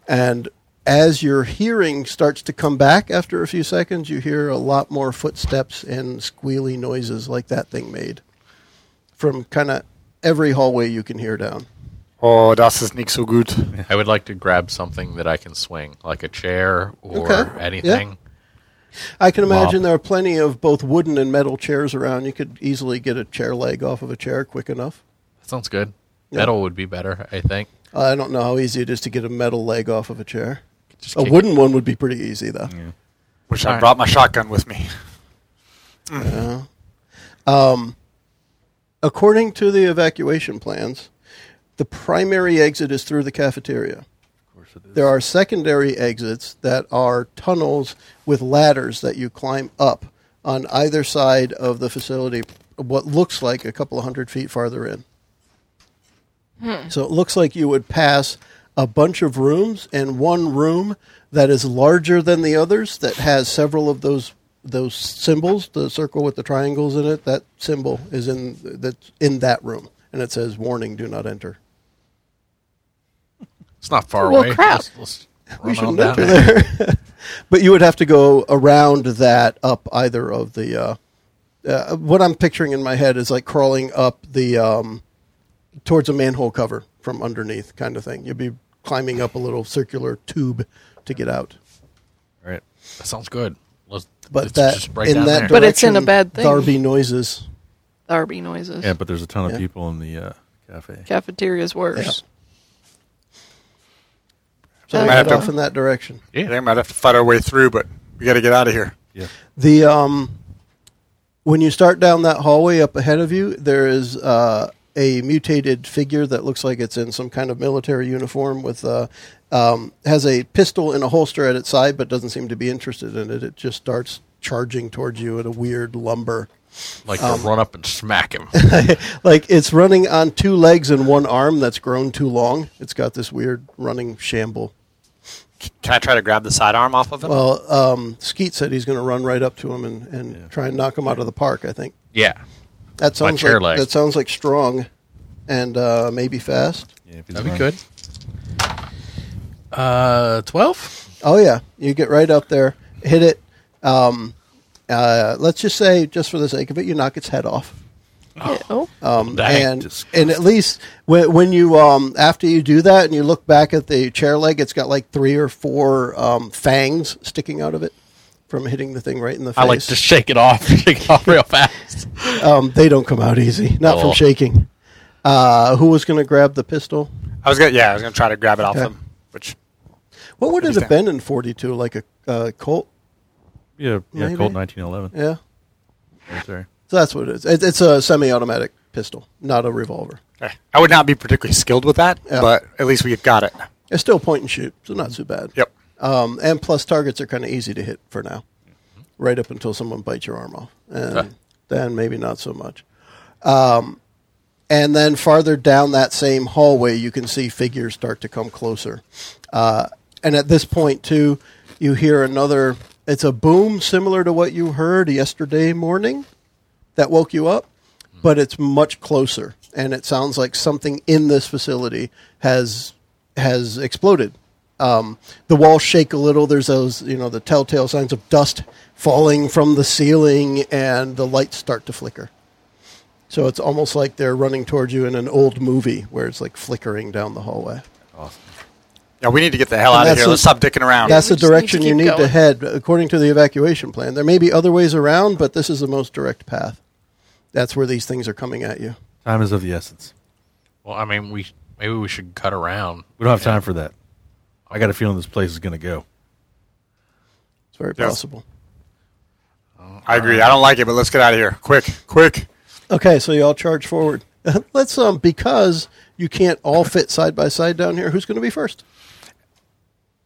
A: And as your hearing starts to come back after a few seconds, you hear a lot more footsteps and squealy noises like that thing made from kind of every hallway you can hear down.
B: Oh, das ist nicht so gut.
D: I would like to grab something that I can swing, like a chair or
A: Okay, yeah.
D: anything.
A: I can imagine
D: Wow.
A: there are plenty of both wooden and metal chairs around. You could easily get a chair leg off of a chair quick enough.
D: That sounds good.
A: Yeah.
D: Metal would be better, I think.
A: I don't know how easy it is to get a metal leg off of a chair.
D: Just
A: A
D: kick
A: wooden one would be pretty easy, though.
B: Wish
D: All
B: I
D: right.
B: brought my shotgun with me.
A: According to the evacuation plans, the primary exit is through the cafeteria.
C: Of course it is.
A: There are secondary exits that are tunnels with ladders that you climb up on either side of the facility, what looks like a couple of hundred feet farther in. So it looks like you would pass a bunch of rooms and one room that is larger than the others that has several of those those symbols, the circle with the triangles in it, that symbol is in that's in that room and it says warning do not enter.
D: It's not far
G: Well,
D: away.
G: crap.
D: Let's, let's
A: We
D: run on
A: shouldn't
D: down
A: enter
D: there.
A: there. but you would have to go around that up either of the. Uh, uh, what I'm picturing in my head is like crawling up the um, towards a manhole cover from underneath, kind of thing. You'd be climbing up a little circular tube to get out.
C: All right.
D: That sounds good. Let's,
A: But
D: let's
A: that
D: just break
A: in
D: down
A: that
D: there.
E: But it's in a
A: direction,
E: bad thing.
A: Darby noises.
E: Darby noises.
C: Yeah, but there's a ton of
A: Yeah.
C: people in the uh, cafe.
E: Cafeteria's worse.
A: So
E: Okay.
A: you
B: I have
A: head
B: to-
A: off in that direction.
B: I think I might have to fight our way through, but we got to get out of here.
C: Yeah.
A: The um, when you start down that hallway up ahead of you, there is uh, a mutated figure that looks like it's in some kind of military uniform with uh, um, has a pistol in a holster at its side, but doesn't seem to be interested in it. It just starts charging towards you at a weird lumber.
D: Like to
A: Um,
D: run up and smack him.
A: Like it's running on two legs and one arm that's grown too long. It's got this weird running shamble.
F: Can I try to grab the sidearm off of him?
A: Well, um, Skeet said he's going to run right up to him and, and try and knock him out of the park. I think.
D: yeah.
A: That sounds
D: chair
A: like
D: leg.
A: that sounds like strong, and uh, maybe fast.
C: yeah if he's
D: That'd be
C: around.
D: good. Uh, 12?
A: Oh yeah, you get right up there, hit it, um, Uh, let's just say, just for the sake of it, you knock its head off.
G: Oh.
A: Um,
D: That ain't
A: and and at least when, when you um, after you do that and you look back at the chair leg, it's got like three or four um, fangs sticking out of it from hitting the thing right in the face.
D: I like to shake it off, shake it off real fast.
A: um, they don't come out easy, not
D: Oh.
A: from shaking. Uh, who was going to grab the pistol?
B: I was gonna, yeah, I was gonna try to grab it off him, which
A: What would it
B: Understand.
A: have been in forty-two? Like a uh, Colt?
C: Yeah, yeah,
A: Maybe.
C: Colt 1911.
A: Yeah.
C: Right there.
A: So that's what it is. It, it's a semi-automatic pistol, not a revolver.
B: eh, I would not be particularly skilled with that,
A: Yeah.
B: but at least we got it.
A: It's still point and shoot, so not so bad.
B: Yep.
A: Um, and plus, targets are kind of easy to hit for now, right up until someone bites your arm off, and then maybe not so much. Um, and then farther down that same hallway, you can see figures start to come closer. Uh, and at this point, too, you hear another. It's a boom similar to what you heard yesterday morning that woke you up, but it's much closer, and it sounds like something in this facility has has exploded. Um, the walls shake a little. There's those you know the telltale signs of dust falling from the ceiling, and the lights start to flicker. So it's almost like they're running towards you in an old movie where it's like flickering down the hallway.
B: Yeah, we need to get the hell
A: And
B: out of
A: that's
B: here.
A: a-
B: Let's stop dicking around.
A: That's
E: we
A: the
E: just need to
A: direction you
E: keep
A: need to
E: going.
A: head, according to the evacuation plan. There may be other ways around, but this is the most direct path. That's where these things are coming at you.
C: Time is of the essence.
D: Well, I mean, we maybe we should cut around.
C: We don't have time for that. I got a feeling this place is going to go.
A: It's very
B: Yes.
A: possible.
B: I agree.
A: Um,
B: I don't like it, but let's get out of here, quick, quick.
A: Okay, so y'all charge forward. Let's um because you can't all fit side by side down here. Who's going to be first?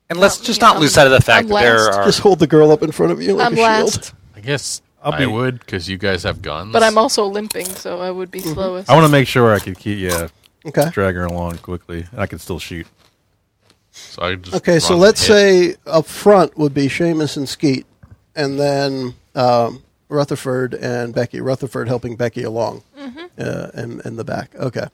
B: And let's
E: Um,
B: just
E: yeah,
B: not lose sight of the fact
E: I'm
B: that there
E: last.
B: are.
A: Just hold the girl up in front of you like
E: I'm
A: a shield.
E: last,
D: I guess
C: I'll
D: I
C: be-
D: would because you guys have guns.
E: but I'm also limping, so I would be slowest.
C: I want to make sure I could keep, yeah,
A: Okay.
C: drag her along quickly. and I can still shoot.
D: So I just
A: Okay, so
D: run
A: let's
D: and hit.
A: say up front would be Seamus and Skeet, and then um, Rutherford and Becky. Rutherford helping Becky along uh, in, in the back. Okay.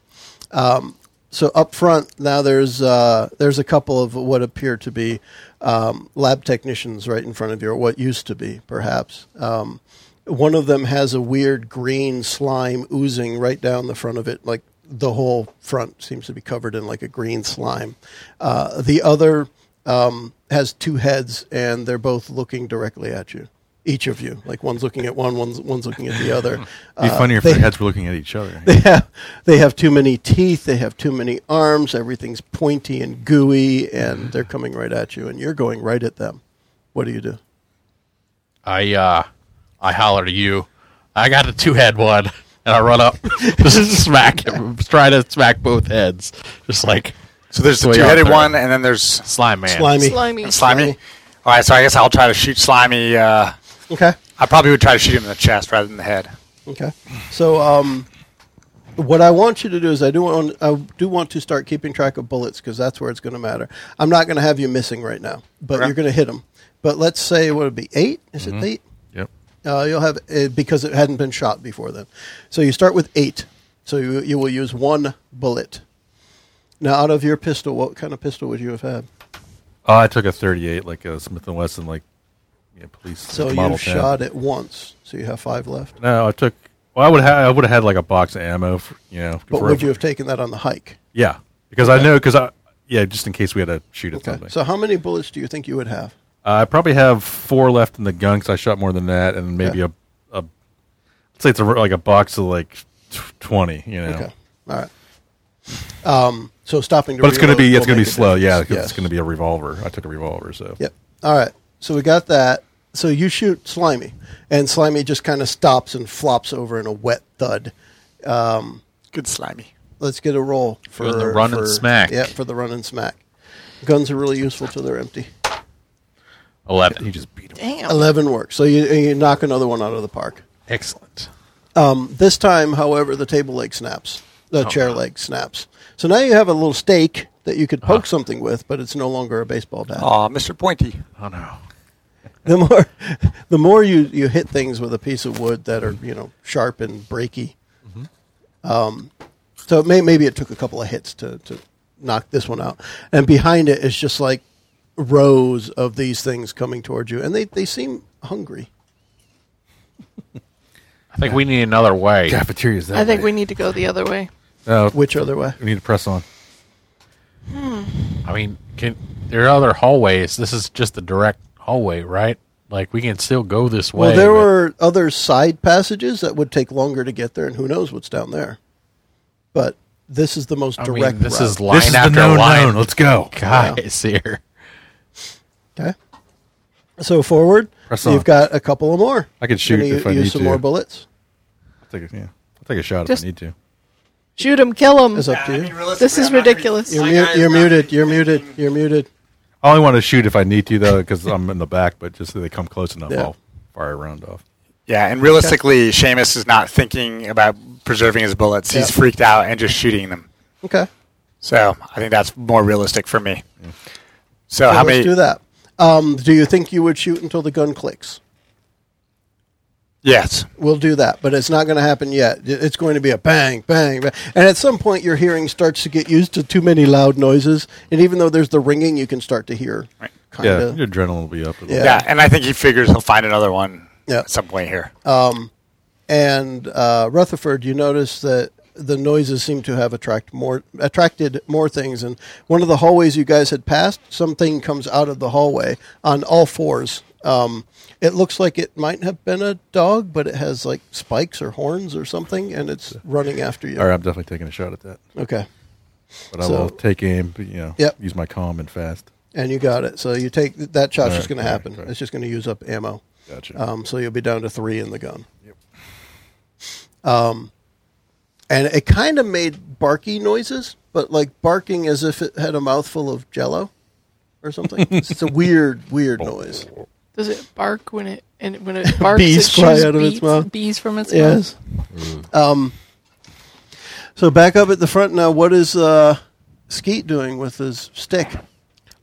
A: Um, so up front now there's uh, there's a couple of what appear to be um, lab technicians right in front of you, or what used to be perhaps. Um, one of them has a weird green slime oozing right down the front of it, like the whole front seems to be covered in like a green slime. Uh, the other um, has two heads, and they're both looking directly at you. Each of you, like one's looking at one, one's one's looking at the other.
C: It'd be funnier if
A: Uh, they-
C: their heads were looking at each other.
A: have- they have too many teeth. They have too many arms. Everything's pointy and gooey, and they're coming right at you, and you're going right at them. What do you do?
D: I uh, I holler to you. I got a two head one, and I run up, just smack him, try to smack both heads, just like
B: So there's the
D: way out
B: two-headed
D: there.
B: one, and then there's
D: slime man.
A: Slimy.
E: Slimy.
B: slimy. All right, so I guess I'll try to shoot slimy. Uh,
A: Okay.
B: I probably would try to shoot him in the chest rather than the head.
A: Okay. So, um, what I want you to do is, I do want I do want to start keeping track of bullets because that's where it's going to matter. I'm not going to have you missing right now, but
B: Okay.
A: you're going to hit them. But let's say what would be eight? Is it eight?
C: yep.
A: Uh, you'll have uh, because it hadn't been shot before then. So you start with eight. So you you will use one bullet. Now, out of your pistol, what kind of pistol would you have had?
C: Oh, I took a 38, like a Smith & Wesson, like yeah, police
A: So
C: like, Model
A: you
C: 10.
A: shot it once. So you have five left.
C: No, I took. Well, I would have. I would have had like a box of ammo. For, you know,
A: But
C: for-
A: would you have taken that on the hike?
C: Yeah, because I know. Because I yeah, just in case we had to shoot at
A: Okay.
C: something. Uh,
A: So how many bullets do you think you would have?
C: I probably have four left in the gun because I shot more than that, and maybe a a. Let's say it's a, like a box of like tw- twenty. You know,
A: Okay. All right. Um, so stopping to
C: but it's gonna
A: reload
C: be it's
A: will
C: gonna be
A: make a
C: slow. Yeah,
A: difference.
C: 'cause it's gonna be a revolver. I took a revolver, so
A: Yep. All right. So we got that. So you shoot Slimy, and Slimy just kind of stops and flops over in a wet thud.
B: Good slimy.
A: Let's get a roll for
D: Doing the run and
A: for-
D: smack.
A: Yeah, for the run and smack. Guns are really useful till they're empty.
D: Eleven.
C: he just beat him.
E: Damn.
A: Eleven works. So you, you knock another one out of the park.
D: Excellent.
A: This time, however, the table leg snaps.
D: Oh,
A: The chair leg snaps. So now you have a little stake that you could poke something with, but it's no longer a baseball bat.
B: Aw, Mr. Pointy.
D: Oh no.
A: the more the more you, you hit things with a piece of wood that
D: Mm-hmm.
A: are you know sharp and breaky. Um, so it may, maybe it took a couple of hits to, to knock this one out, and behind it is just like rows of these things coming towards you, and they, they seem hungry.
D: I think we need another way.
C: Cafeteria's that.
E: I think
C: way.
E: we need to go the other way.
C: Oh,
A: Which other way?
C: we need to press on.
D: I mean, can there are other hallways? This is just the direct hallway, right? Like we can still go this way.
A: Well, there
D: but-
A: were other side passages that would take longer to get there, and who knows what's down there. But this is the most
D: I
A: direct.
D: mean, this
A: route.
D: is line
C: this is
D: after
C: the known
D: line.
C: known. Let's go.
D: Guys, here.
A: okay. So forward,
C: Press on.
A: you've got a couple of more.
C: I can shoot
A: Gonna
C: if
A: u-
C: I
A: use
C: need
A: some
C: to.
A: more bullets.
C: I'll take a, yeah. I'll take a shot
E: Just-
C: if I need to.
E: Shoot him, kill him.
A: It's up to you.
E: This is ridiculous.
A: You're, mu- you're muted. You're muted. You're muted.
C: I only want to shoot if I need to though, because I'm in the back. But just so they come close enough,
A: Yeah.
C: I'll fire a round off.
B: Yeah, and realistically, Seamus is not thinking about preserving his bullets. He's
A: Yeah.
B: freaked out and just shooting them.
A: Okay.
B: So I think that's more realistic for me. So,
A: Mm. So
B: how
A: let's
B: many?
A: do that. Um, do you think you would shoot until the gun clicks?
B: Yes.
A: We'll do that, but it's not going to happen yet. I- It's going to be a bang, bang, bang. And at some point, your hearing starts to get used to too many loud noises. And even though there's the ringing, you can start to hear. Kind
C: Yeah,
A: of.
C: your adrenaline will be up. A little.
A: Yeah.
B: Yeah. and I think he figures he'll find another one
A: Yeah. Oh.
B: at some point here.
A: And uh, Rutherford, you notice that the noises seem to have attract more attracted more things. And one of the hallways you guys had passed, something comes out of the hallway on all fours. Um, it looks like it might have been a dog, but it has like spikes or horns or something, and it's running after you.
C: All right, I'm definitely taking a shot at that.
A: Okay.
C: But I
A: So-
C: will take aim. but, You know,
A: Yep.
C: use my calm and fast.
A: And you got it. So you take that shot's
C: All
A: just
C: right,
A: going to
C: all right,
A: happen.
C: all right.
A: It's just going to use up ammo.
C: Gotcha.
A: Um, so you'll be down to three in the gun. Yep. Um, and it kind of made barky noises, but like barking as if it had a mouthful of jello or something. it's just a weird, weird noise.
E: Does it bark when it and when it barks?
A: Bees
E: it
A: fly
E: shoots
A: out of its
E: beats-
A: mouth.
E: Bees from its
A: Yes.
E: mouth.
A: Um, so back up at the front now. What is uh, Skeet doing with his stick?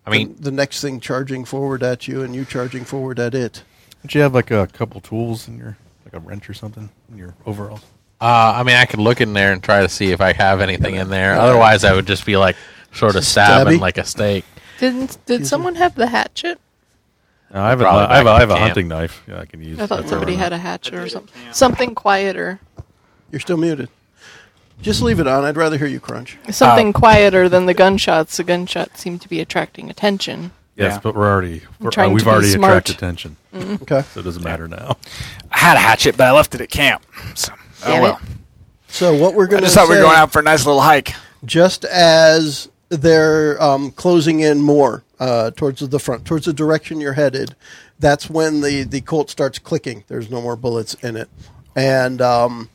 D: I mean,
A: the next thing charging forward at you, and you charging forward at it.
C: Don't you have like a couple tools in your, like a wrench or something in your overalls?
D: uh, I mean, I could look in there and try to see if I have anything in there. Otherwise, I would just be like sort of stabbing
A: Stabby?
D: like a steak.
E: Didn't did someone have the hatchet?
C: No, I have a,
D: Probably
C: I have a, I
D: back in
C: have a
D: camp.
C: hunting knife. Yeah, I can use.
E: I thought
C: That's
E: somebody
C: all
E: had a hatchet or something. Something quieter.
A: You're still muted. Just leave it on. I'd rather hear you crunch. Oh.
E: Something quieter than the gunshots. The gunshots seem to be attracting attention.
C: Yes,
B: Yeah.
C: but we're already we're,
E: trying
C: uh,
E: to
C: we've
E: be
C: already
E: smart.
C: attracted
E: Mm-hmm.
C: attention,
A: Okay.
C: so it doesn't matter now.
B: I had a hatchet, but I left it at camp. So, oh
E: Damn
B: well.
A: So what we're
B: I
A: going to
B: just thought we
A: say,
B: were going out for a nice little hike.
A: just as they're um, closing in more uh, towards the front, towards the direction you're headed, that's when the the Colt starts clicking. There's no more bullets in it, and um,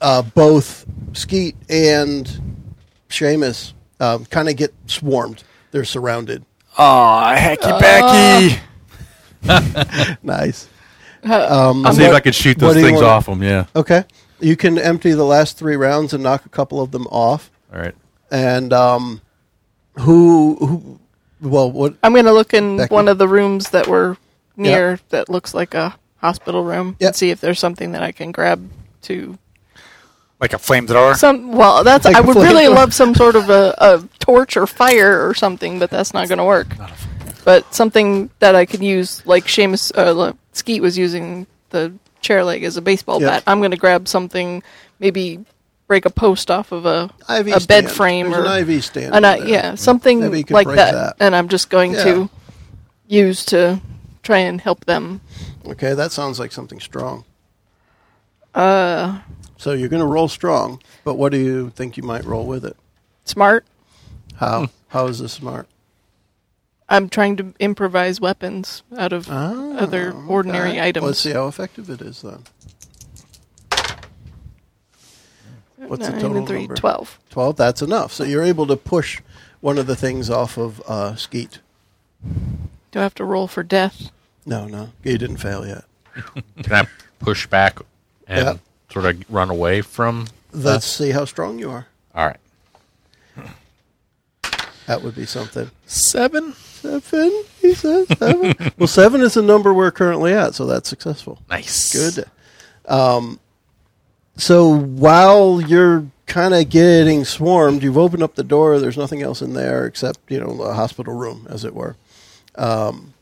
A: uh, both Skeet and Seamus um, kind of get swarmed. They're surrounded.
B: Aw,
A: Uh,
B: hecky backy.
A: Nice.
C: I'll see if I can shoot
A: what
C: those
A: do you
C: things
A: wanna-
C: off them. Yeah.
A: Okay. You can empty the last three rounds and knock a couple of them off.
C: All right.
A: and um, who who? Well, what?
E: I'm going to look in
A: Becky?
E: one of the rooms that were near that looks like a hospital room
A: Yep.
E: and see if there's something that I can grab to
B: Like a flamethrower.
E: some well that's
A: Like
E: I
A: a
E: would really
A: flamethrower.
E: love some sort of a, a torch or fire or something but that's not going to work. But something that I could use like Seamus uh, le- Skeet was using the chair leg as a baseball
A: Yep.
E: bat. I'm going to grab something maybe break a post off of a
A: IV
E: a
A: stand.
E: bed frame
A: There's
E: or
A: an IV stand.
E: and
A: in
E: I,
A: there.
E: yeah, something
A: uh, Maybe you could
E: like
A: break
E: that,
A: that.
E: And I'm just going to use to try and help them.
A: Okay, that sounds like something strong. Uh. So you're going to roll strong, but what do you think you might roll with it?
E: Smart. Hmm.
A: How? How is this smart?
E: I'm trying to improvise weapons out of other ordinary
A: Alright,
E: items.
A: Ah, Let's see how effective it is then. What's the
E: Nine
A: total
E: and three,
A: number?
E: 12.
A: 12, that's enough. So you're able to push one of the things off of uh, Skeet.
E: Do I have to roll for death?
A: No, no. You didn't fail yet.
D: Can I push back and
A: Yeah.
D: sort of run away from?
A: Let's see how strong you are.
D: All right.
A: That would be something.
D: Seven.
A: Seven, he says. Seven. well, seven is the number we're currently at, so that's successful.
D: Nice.
A: Good. Um, so while you're kind of getting swarmed, you've opened up the door. There's nothing else in there except you know a hospital room, as it were. Um,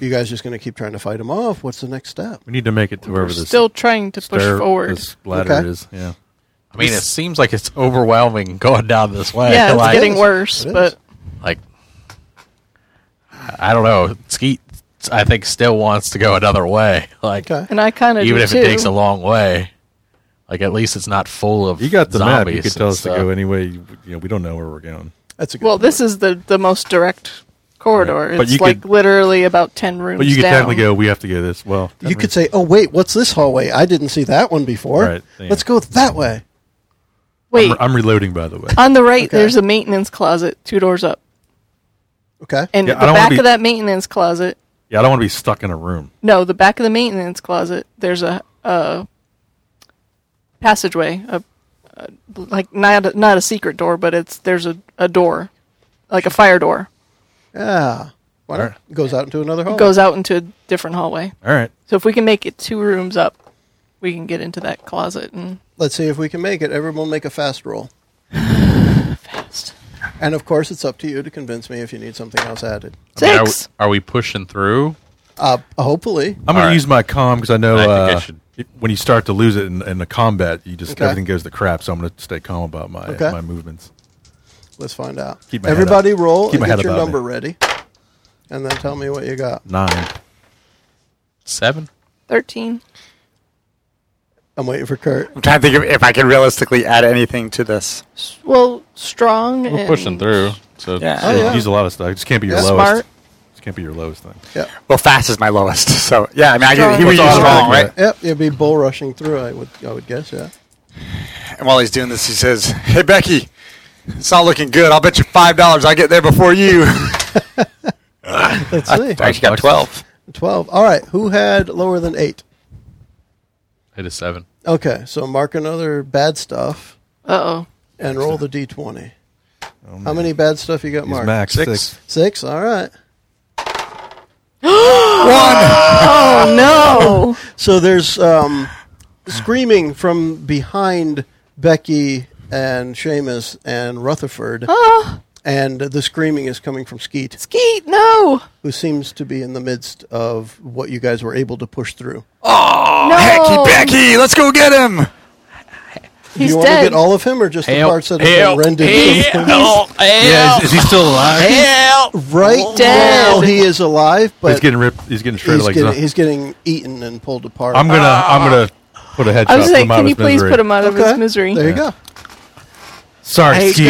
A: you guys just going to keep trying to fight them off? What's the next step?
C: We need to make it to wherever
E: We're
C: this
E: still trying to push
C: stair-
E: forward.
C: This ladder
A: Okay.
C: is. Yeah.
D: I mean, it seems like it's overwhelming going down this way.
E: yeah, it's
D: like,
E: getting
A: is.
E: worse,
A: It is.
E: but
D: like I don't know. Skeet, I think, still wants to go another way. Like
A: Okay.
E: and I kind of
D: even
E: do
D: if
E: too.
D: it takes a long way. Like at least it's not full of
C: You got the map.
D: zombies.
C: You could tell
D: and
C: us to
D: stuff.
C: go anyway. You know, we don't know where we're going.
A: That's a good
E: Well, this is the the most direct corridor.
C: Right. But
E: It's
C: you
E: like
C: could-
E: literally about ten rooms
C: But you could
E: down.
C: definitely go. We have to go this. Well,
A: You could say, "Oh wait, what's this hallway? I didn't see that one before.
C: Right, yeah.
A: Let's go that way."
E: Wait, Uh,
C: I'm, I'm reloading, by the way.
E: on the right
A: Okay.
E: there's a maintenance closet two doors up,
A: Okay.
E: and
C: Yeah, I
E: the
C: don't wanna
E: back
C: be-
E: of that maintenance closet.
C: Yeah, I don't want to be stuck in a room.
E: No, the back of the maintenance closet. There's a a passageway, a, a like not a, not a secret door, but it's there's a, a door, like a fire door,
A: Yeah. Why not? Goes out into another hallway.
E: goes out into a different hallway.
C: All right.
E: So if we can make it two rooms up, we can get into that closet and
A: Let's see if we can make it. Everyone make a fast roll.
E: fast.
A: And of course, it's up to you to convince me if you need something else added.
D: I mean, are, we,
E: Six.
D: are we pushing through?
A: Uh, hopefully.
C: I'm going
D: All right.
C: to use my calm because I know
D: I think I
C: uh,
D: should-
C: it- when you start to lose it in, in the combat, you just
A: Okay.
C: everything goes to crap. So I'm going to stay calm about my
A: Okay.
C: my movements.
A: Let's find out.
C: Keep my head
A: Everybody
C: up.
A: roll
C: Keep my
A: and get
C: head
A: your
C: above
A: number
C: me.
A: ready. And then tell me what you got.
C: Nine.
D: Seven?
E: Thirteen.
A: I'm waiting for Kurt.
B: I'm trying to think of if I can realistically add anything to this.
E: Well, strong.
D: We're
E: and
D: pushing through. So
B: Yeah.
A: Oh, yeah.
C: Use a lot of stuff. It just can't be your
A: Yeah.
C: lowest.
E: Smart.
C: Just can't be your lowest thing.
A: Yeah.
B: Well, fast is my lowest. So yeah, I mean, I can, he
E: Strong.
B: would use
E: What's
B: strong,
C: automatic,
B: right?
C: right?
A: Yep. You'd be bull rushing through. I would. I would guess. Yeah.
B: And while he's doing this, he says, "Hey Becky, it's not looking good. I'll bet you five dollars I get there before you."
A: Let's see.
F: I actually got
C: bucks.
F: twelve.
A: Twelve. All right. Who had lower than eight?
D: It is seven.
A: Okay. So mark another bad stuff
E: Uh oh.
A: and roll the d20.
C: Oh,
A: How
C: man.
A: many bad stuff you got,
C: Use
A: Mark?
C: max six.
A: Six. All right.
E: Oh no.
A: So there's um, screaming from behind Becky and Seamus and Rutherford.
E: Ah.
A: And the screaming is coming from Skeet,
E: Skeet, no.
A: who seems to be in the midst of what you guys were able to push through.
C: Oh,
E: no.
B: Becky, Becky, let's go get him.
A: Do
E: He's
A: you want to
E: dead.
A: get all of him or just the parts that have been rended?
C: Yeah, is, is he still alive?
A: Right
E: Dead.
A: now, he is alive, but
C: he's getting ripped. He's getting shredded
A: he's
C: like
A: getting-
C: nothing.
A: he's getting eaten and pulled apart.
C: I'm gonna. I'm gonna put a headshot.
E: I was
C: to
E: like,
C: him out
E: can
C: of
E: you
C: his
E: please
C: misery.
E: put him out of his
A: Okay.
E: misery?
A: There you go.
C: Sorry, Skeet.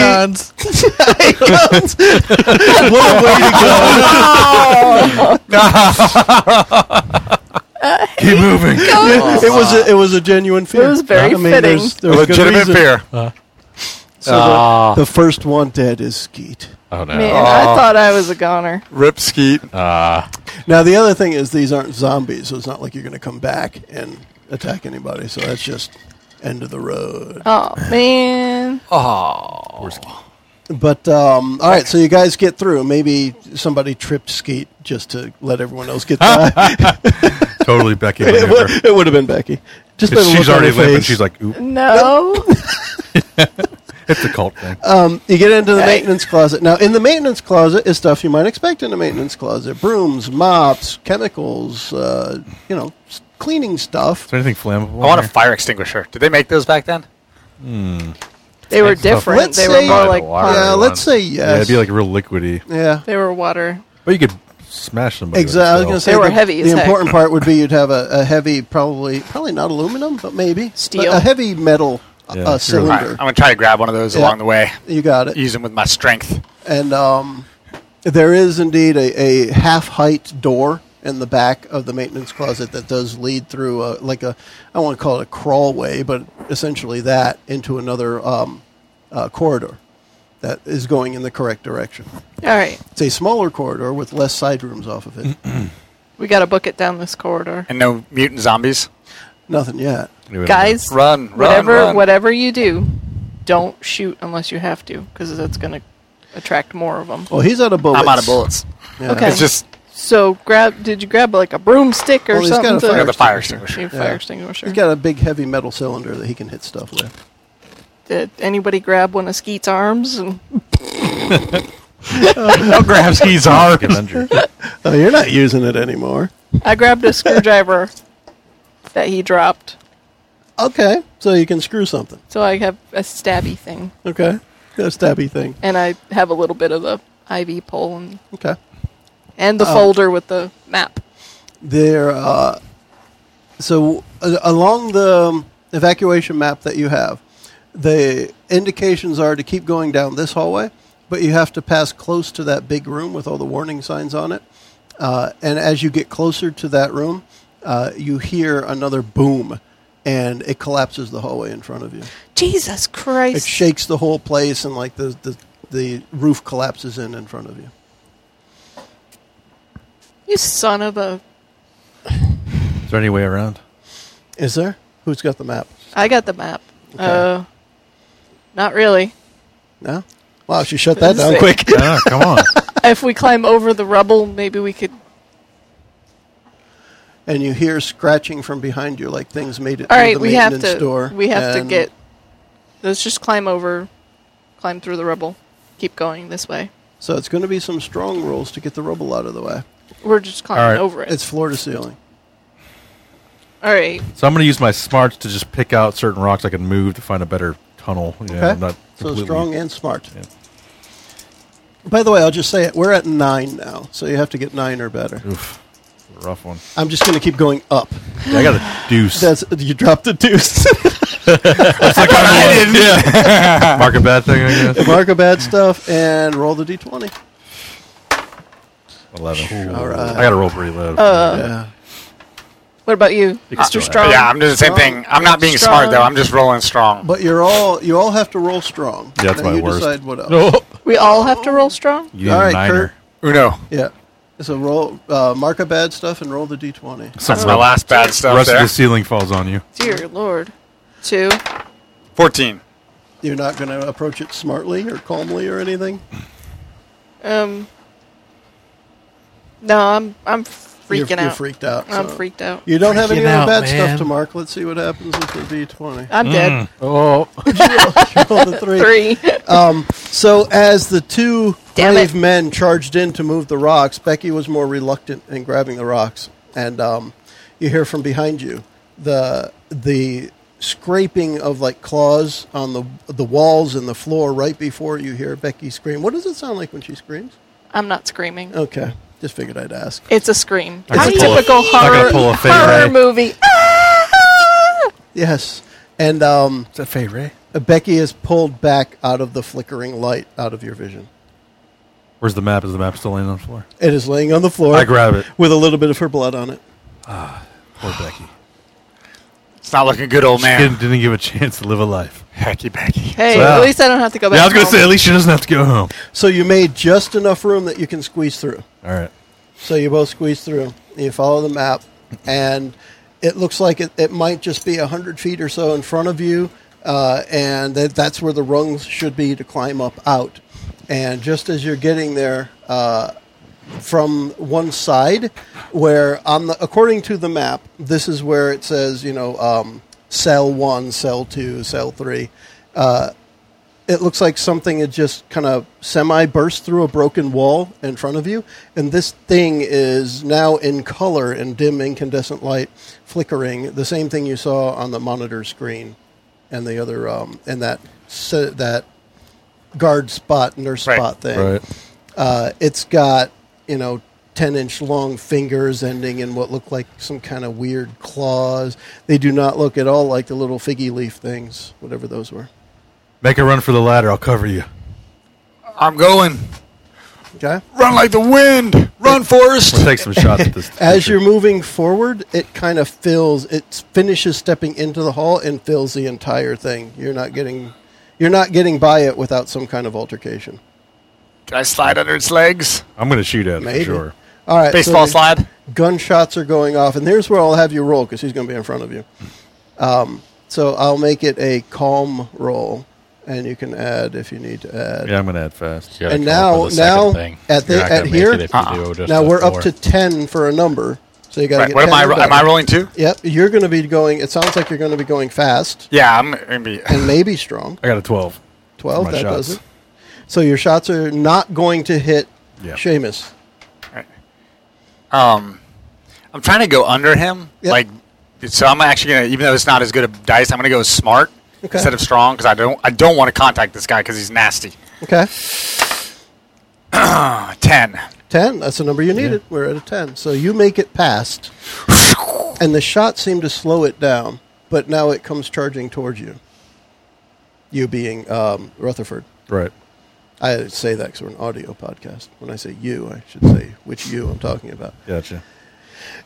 C: Keep moving.
E: Oh,
A: It was a, it was a genuine fear.
E: It was very fitting.
A: there's- there's good
B: Legitimate
A: reason. Uh.
B: fear.
A: So
C: Ah.
A: the, the first one dead is Skeet.
D: Oh, no.
E: Man, I thought I was a goner.
B: Rip Skeet.
A: Now the other thing is these aren't zombies, so it's not like you're going to come back and attack anybody. So that's just end of the road.
E: Oh man.
A: But um, all right, so you guys get through. Maybe somebody tripped Skeet just to let everyone else get by.
C: Totally, Becky.
A: it
C: maneuver.
A: would, it would have been Becky. Just by the
C: She's
A: look on her
C: already limping.
A: face.
C: She's like, oop,
E: No.
C: it's a cult thing.
A: You get into the maintenance closet. Now, in the maintenance closet is stuff you might expect in a maintenance closet: brooms, mops, chemicals, uh, you know, s- cleaning stuff.
C: Is there anything flammable?
B: I want a
C: in
B: fire extinguisher. Did they make those back then?
E: They were different.
A: Let's
E: they
A: say-
E: were more like
D: Water.
A: yeah,
E: pond-
A: let's say
C: there? Yeah,
A: yes.
C: it'd be like real liquidy.
A: yeah.
E: They were water.
C: But you could smash somebody.
A: Exactly. I was going to say
E: They were
A: the,
E: heavy
A: the
E: as heck.
A: important part would be you'd have a, a heavy, probably probably not aluminum, but maybe
E: Steel.
A: but a heavy metal uh,
C: Yeah.
A: uh,
B: All right,
A: cylinder.
B: I'm gonna try to grab one of those
A: Yeah.
B: along the way.
A: You got it.
B: Use them with my strength.
A: And um, there is indeed a, a half height door in the back of the maintenance closet that does lead through a, like a I don't want to call it a crawlway, but essentially that into another um, uh, corridor that is going in the correct direction.
E: All right.
A: It's a smaller corridor with less side rooms off of it.
E: We got to book it down this corridor.
B: And no mutant zombies.
A: Nothing yet.
C: Anyway,
E: Guys,
B: Run, run,
E: whatever
B: run.
E: whatever you do, don't shoot unless you have to cuz that's going to attract more of them.
A: Well, he's out of bullets.
B: I'm out of bullets.
A: Yeah.
E: Okay.
B: It's just
E: So grab did you grab like a broomstick or
A: Well, he's got
E: something?
A: a
E: to-
B: I
A: fire
B: got the fire extinguisher.
E: You have
A: Yeah.
E: fire extinguisher.
A: He's got a big heavy metal cylinder that he can hit stuff with.
E: Did anybody grab one of Skeet's arms and
D: Now grabs his arm.
C: Avenger.
A: Oh, you're not using it anymore.
E: I grabbed a screwdriver that he dropped,
A: Okay, so you can screw something.
E: so I have a stabby thing,
A: Okay, a stabby thing.
E: and I have a little bit of the IV pole and,
A: Okay,
E: and the
A: Oh.
E: folder with the map.
A: there. Uh, so uh, along the um, evacuation map that you have, the indications are to keep going down this hallway, but you have to pass close to that big room with all the warning signs on it. Uh, and as you get closer to that room, uh, you hear another boom, and it collapses the hallway in front of you.
E: Jesus
A: It
E: Christ!
A: shakes the whole place, and like the the, the roof collapses in in front of you.
E: you son of a!
C: Is there any way around?
A: Is there? Who's got the map?
E: I got the map. Uh, not really.
A: No. Wow, she shut that down
E: Sick.
A: quick.
C: Yeah, come on.
E: if we climb over the rubble, maybe we could.
A: And you hear scratching from behind you, like things made it
E: All
A: into
E: right,
A: the
E: we have
A: maintenance
E: to.
A: door.
E: we have to
A: and-
E: get. Let's just climb over, climb through the rubble, keep going this way.
A: So it's going to be some strong rolls to get the rubble out of the way.
E: We're just climbing
C: All right.
E: over it.
A: It's floor to ceiling.
E: All right.
C: So I'm going to use my smarts to just pick out certain rocks I can move to find a better tunnel. You know,
A: Okay.
C: not
A: so
C: completely-
A: strong and smart.
C: Yeah.
A: By the way, I'll just say it. We're at nine now, so you have to get nine or better.
C: Oof, rough one.
A: I'm just going to keep going up.
C: Yeah, I got a deuce.
A: That's you dropped the deuce.
C: Mark a bad thing, I guess.
A: Mark a bad stuff and roll the d20.
C: Eleven.
A: All right. Uh,
C: I got to roll pretty low.
A: Yeah.
E: What about you?
C: It's
E: Mr.
C: still-
E: Strong.
B: Yeah, I'm doing the same thing. I'm not being smart though. I'm just rolling strong.
A: But you're all you all have to roll strong.
C: Yeah, that's
A: Now
C: my
A: you
C: worst.
A: decide what else.
E: We all have to roll strong.
C: you need
A: All
C: a
A: right,
C: niner.
B: Uno.
A: Yeah. So roll uh, mark a bad stuff and roll the d20.
B: That's my last bad
C: The
B: stuff
C: rest of
B: there.
C: the ceiling falls on you.
E: Dear Lord. Two.
B: Fourteen.
A: You're not going to approach it smartly or calmly or anything.
E: Um. No, I'm I'm freaking
A: you're,
E: out.
A: You're freaked out.
E: I'm
A: so.
E: freaked out.
A: You don't have any
D: Freaking
A: other
D: out,
A: bad
D: man.
A: stuff to mark. Let's see what happens with the d20.
E: I'm dead.
A: Roll
D: Oh,
A: the
B: Mm.
A: three.
E: Three.
A: So as the two
E: Damn
A: brave
E: it.
A: men charged in to move the rocks, Becky was more reluctant in grabbing the rocks, and um, you hear from behind you the the scraping of like claws on the the walls and the floor right before you hear Becky scream. What does it sound like when she screams?
E: I'm not screaming.
A: Okay, just figured I'd ask.
E: It's a scream.
C: I gotta
E: It's
C: pull a-
E: typical
C: I gotta
E: horror,
C: pull a Fay
E: horror
C: Wray.
E: movie.
A: Yes, and um,
C: Is that Faye Ray?
A: Becky is pulled back out of the flickering light out of your vision.
C: Where's the map? Is the map still laying on the floor?
A: It is laying on the floor.
C: I grab it.
A: with a little bit of her blood on it.
C: Poor Becky.
B: It's not looking good, old
C: She
B: man.
C: didn't, didn't give a chance to live a life.
B: Hacky backy.
E: Hey,
C: Wow.
E: at least I don't have to go back.
C: Yeah, I was going to
E: home.
C: say, at least she doesn't have to go home.
A: So you made just enough room that you can squeeze through.
C: All right.
A: So you both squeeze through. You follow the map, and it looks like it, it might just be 100 feet or so in front of you, uh, and that, that's where the rungs should be to climb up out. And just as you're getting there, uh, from one side, where on the according to the map, this is where it says, you know, um, cell one, cell two, cell three. Uh, it looks like something had just kind of semi burst through a broken wall in front of you. And this thing is now in color and dim incandescent light flickering, the same thing you saw on the monitor screen and the other, um, and that, se- that guard spot, nurse
B: Right.
A: spot thing.
C: Right.
A: Uh, it's got, you know, 10 inch long fingers ending in what look like some kind of weird claws. They do not look at all like the little figgy leaf things, whatever those were.
C: Make a run for the ladder. I'll cover you.
B: I'm going.
A: Okay?
B: Run like the wind. Run, Forrest.
C: Take some shots at this.
A: As
C: picture.
A: you're moving forward, it kind of fills. It finishes stepping into the hall and fills the entire thing. You're not getting, you're not getting by it without some kind of altercation.
B: Can I slide under its legs?
C: I'm going to shoot at it
A: Maybe.
C: for sure.
A: All right. so
B: Baseball
A: the
B: slide.
A: Gunshots are going off, and here's where I'll have you roll because he's going to be in front of you. Um, so I'll make it a calm roll, and you can add if you need to add.
C: Yeah, I'm going to add fast.
A: And now- now, at the- at here-
D: Uh-uh.
A: Now we're up to ten for a number, so you got to
B: Right.
A: get.
B: What am
A: 10
B: I?
A: or
B: ro- Am
A: better.
B: I rolling too?
A: Yep, you're going to be going. It sounds like you're going to be going fast
B: Yeah, I'm gonna be.
A: and maybe strong.
C: I got a 12.
A: 12
C: My
A: that
C: shots.
A: does it So your shots are not going to hit
C: Yeah.
A: Seamus.
B: Um, I'm trying to go under him.
A: Yep.
B: Like, so I'm actually gonna, even though it's not as good of dice, I'm gonna go smart
A: Okay.
B: instead of strong because I don't, I don't want to contact this guy because he's nasty.
A: Okay.
B: Uh, Ten.
A: 10. That's the number you needed. We're at a 10. So you make it past. And the shot seemed to slow it down, but now it comes charging towards you. You being um, Rutherford.
C: Right.
A: I say that because we're an audio podcast. When I say you, I should say which you I'm talking about.
C: Gotcha.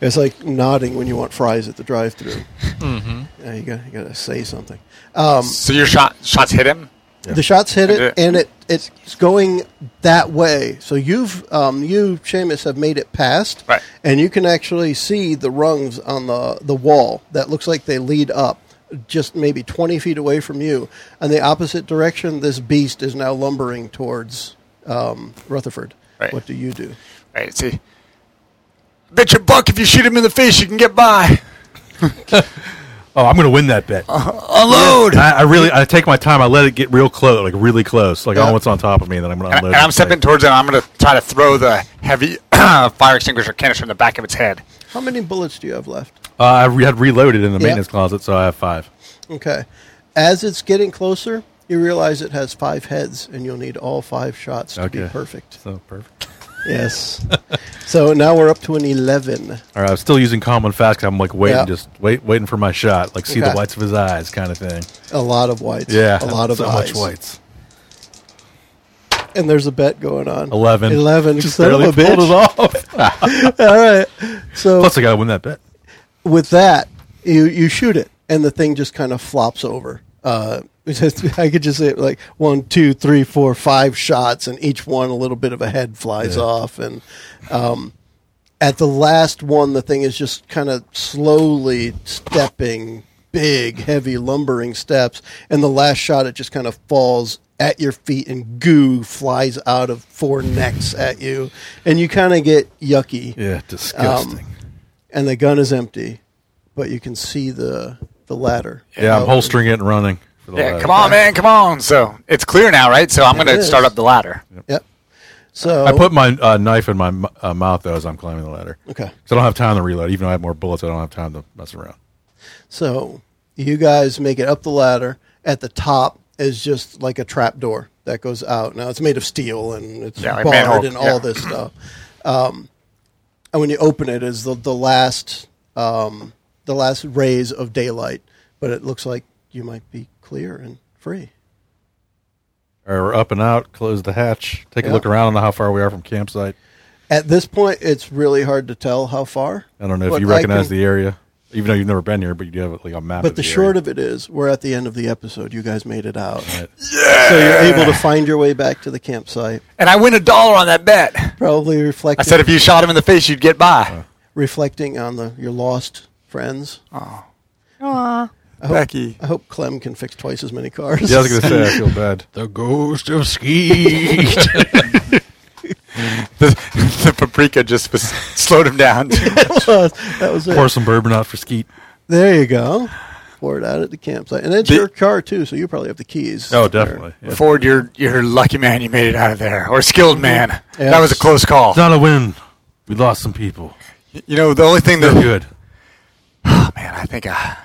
A: It's like nodding when you want fries at the drive thru. Mm-hmm. Yeah, you got you got to say something. Um,
B: So your shot shots hit him.
A: The shots hit
B: Yeah.
A: it, and it it's going that way. So you've um, you Seamus have made it past,
B: Right.
A: And you can actually see the rungs on the the wall that looks like they lead up, just maybe twenty feet away from you. And the opposite direction, this beast is now lumbering towards um, Rutherford.
B: Right.
A: What do you do?
B: Right. See. Bet your buck if you shoot him in the face, you can get by.
C: Oh, I'm going to win that bet.
B: Unload.
C: I, I really, I take my time. I let it get real close, like really close, like
A: Yeah.
C: almost on top of me. Then I'm going
B: And,
C: to
B: I,
C: unload.
B: and I'm
C: it.
B: stepping towards him. I'm gonna try to throw the heavy fire extinguisher canister in the back of its head.
A: How many bullets do you have left?
C: Uh, I re- had reloaded in the maintenance closet, so I have five.
A: Okay. As it's getting closer, you realize it has five heads, and you'll need all five shots to be
C: Okay.
A: perfect.
C: So perfect.
A: Yes. so now we're up to an 11.
C: All right, I'm still using common fast. 'cause I'm like waiting,
A: Yeah.
C: just wait, waiting for my shot. Like see
A: Okay.
C: the whites of his eyes, kind of thing.
A: A lot of whites.
C: Yeah,
A: A lot of
C: so
A: eyes.
C: much whites.
A: And there's a bet going on.
C: Eleven.
A: 11.
C: Just
A: son of
C: barely
A: a bitch.
C: pulled it off.
A: All right. So
C: Plus, I got to win that bet.
A: with that, you, you shoot it, and the thing just kind of flops over. Uh, it's just- I could just say like one, two, three, four, five shots, and each one a little bit of a head flies
C: Yeah.
A: off, and um, at the last one, the thing is just kind of slowly stepping, big, heavy, lumbering steps, and the last shot, it just kind of falls at your feet, and goo flies out of four necks at you, and you kind of get yucky
C: Yeah, disgusting.
A: Um, and the gun is empty, but you can see the the ladder.
C: yeah, I'm
A: Out-
C: holstering it and running. For the
B: Yeah,
C: ladder.
B: come on, man, come on. So it's clear now, right? So I'm
A: It
B: gonna
A: is.
B: start up the ladder.
A: Yep. So
C: I put my uh, knife in my m- uh, mouth though as I'm climbing the ladder.
A: okay.
C: So I don't have time to reload. Even though I have more bullets, I don't have time to mess around.
A: So you guys make it up the ladder. At the top is just like a trap door that goes out. Now it's made of steel and it's
B: Yeah, like
A: barred
B: manhole,
A: and all
B: yeah.
A: this stuff. Um, and when you open it, is the the last um, the last rays of daylight. But it looks like you might be clear and free.
C: All right, we're up and out. Close the hatch. Take
A: Yeah.
C: a look around. I don't know how far we are from campsite.
A: At this point, it's really hard to tell how far.
C: I don't know if
A: But
C: you
A: I
C: recognize
A: can-
C: the area, even though you've never been here, but you do have like a map.
A: But
C: of
A: the
C: area.
A: short of it is, we're at the end of the episode. You guys made it out. So you're able to find your way back to the campsite.
B: And I win a dollar on that bet.
A: Probably
B: I
A: reflecting,
B: said if you shot him in the face, you'd get by.
A: reflecting on the your lost friends. Oh.
B: Becky.
A: I hope Clem can fix twice as many cars.
C: yeah, I was gonna say I feel bad.
D: The ghost of ski.
B: The, the paprika just was, slowed him down.
A: that was it.
C: Pour some bourbon out for Skeet.
A: There you go. Pour it out at the campsite, and it's
B: The-
A: your car too, so you probably have the keys.
C: Oh, definitely. Yeah.
B: Ford, you're you're a lucky man. You made it out of there, or a skilled man.
A: Yeah.
B: That was a close call.
C: Not a win. We lost some people.
B: You know, the only thing that
C: They're good.
B: oh, man, I think I,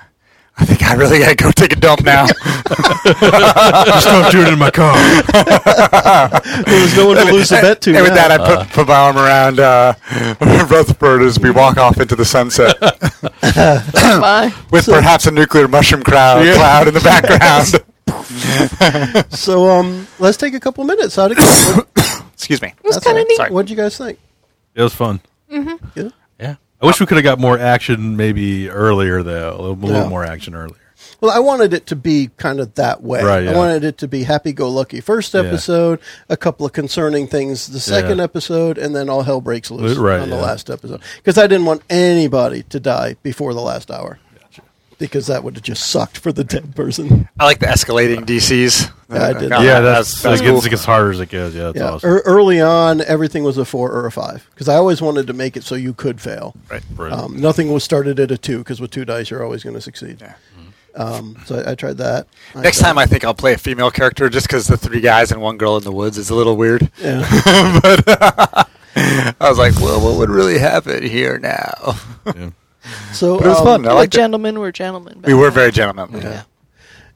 B: I think I really gotta go take a dump now.
C: Just don't do it in my car.
A: There was no one to lose a bet to.
B: and with
A: now.
B: that, I put, put my arm around uh, Rutherford as we walk off into the sunset
E: Bye.
B: with perhaps a nuclear mushroom crowd, cloud in the background.
A: so um, let's take a couple minutes out of camp.
B: Excuse me.
E: was
A: That's
E: kinda
A: all.
E: neat.
A: Sorry. What'd you guys think?
C: It was fun.
A: Yeah?
D: yeah.
C: I wish we could have got more action maybe earlier though. A little, a
A: Yeah.
C: little more action earlier.
A: Well, I wanted it to be kind of that way.
C: Right,
A: I
C: yeah.
A: wanted it to be happy go lucky first episode, a couple of concerning things the second
C: Yeah.
A: episode, and then all hell breaks loose
C: Right,
A: on the
C: yeah.
A: last episode. Because I didn't want anybody to die before the last hour. Because that would have just sucked for the dead person.
B: I like the escalating DCs.
A: Yeah, I did.
B: Uh,
C: yeah, that's,
B: that's
C: it, gets,
B: cool. er-
C: it gets harder as it goes. Yeah, that's
A: Yeah.
C: awesome.
A: Ear- early on, everything was a four or a five. Because I always wanted to make it so you could fail.
C: right, right.
B: Oh.
A: Um, nothing was started at a two, because with two dice, you're always going to succeed. Um, so I, I tried that. I
B: Next
A: tried-
B: time, I think I'll play a female character just because the three guys and one girl in the woods is a little weird.
A: Yeah.
B: but I was like, well, what would really happen here now?
A: So
B: But it was
A: um,
B: fun. I
E: The
B: liked it.
E: gentlemen were gentlemen. back
B: We were
E: then.
B: very gentlemanly.
A: Yeah.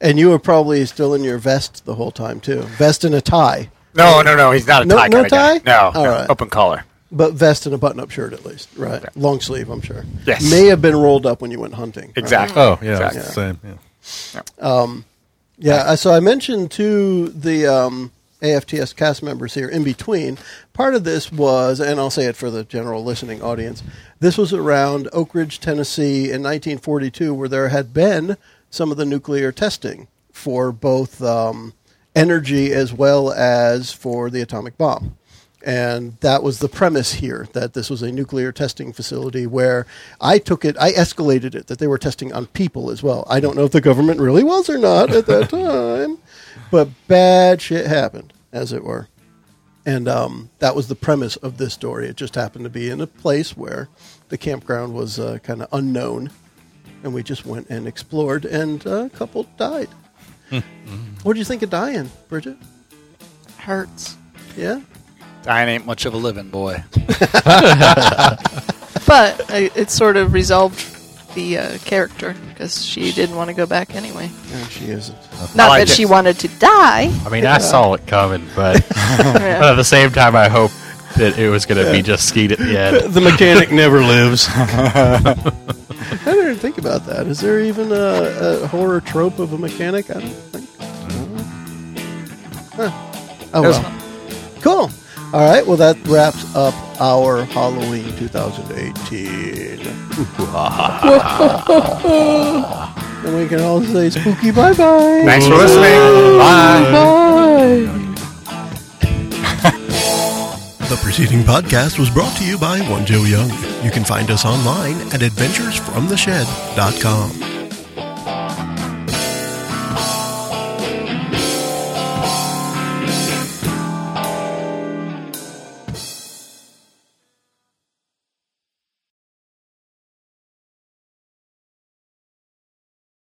A: And you were probably still in your vest the whole time too. Vest and a tie,
B: No, no, no. He's not a
A: No-
B: tie
A: no
B: kind of guy.
A: tie?
B: No,
A: All
B: no,
A: right.
B: open collar.
A: but vest and a button-up shirt at least, right? Long sleeve, I'm sure.
B: Yes.
A: May have been rolled up when you went hunting. right?
B: Exactly.
C: Oh yeah, it's
B: Exactly.
C: the same. Yeah.
A: Yeah, I- so I mentioned to the um, AFTS cast members here in between, part of this was, and I'll say it for the general listening audience, this was around Oak Ridge, Tennessee in 1942, where there had been some of the nuclear testing for both um, energy as well as for the atomic bomb. And that was the premise here that this was a nuclear testing facility where I took it, I escalated it that they were testing on people as well. I don't know if the government really was or not at that time, but bad shit happened, as it were. And um, that was the premise of this story. It just happened to be in a place where the campground was uh, kind of unknown. And we just went and explored, and uh, a couple died. what do you think of dying, Bridget?
E: hurts.
A: Yeah?
B: Dying ain't much of a living, boy.
E: But I, it sort of resolved the uh, character because she didn't want to go back anyway.
A: No, she isn't.
E: Not
B: like
E: that she
B: it.
E: wanted to die.
D: I mean, I saw it coming, but, but at the same time, I hope that it was going to be just skied at the end.
C: The mechanic never lives.
A: I didn't even think about that. Is there even a, a horror trope of a mechanic? I don't think. so. Huh. Oh well. Cool. All right. Well, that wraps up our Halloween 2018. and we can all say spooky bye bye.
B: Thanks for listening. Bye.
A: The preceding podcast was brought to you by One Joe Young. You can find us online at adventuresfromtheshed.com.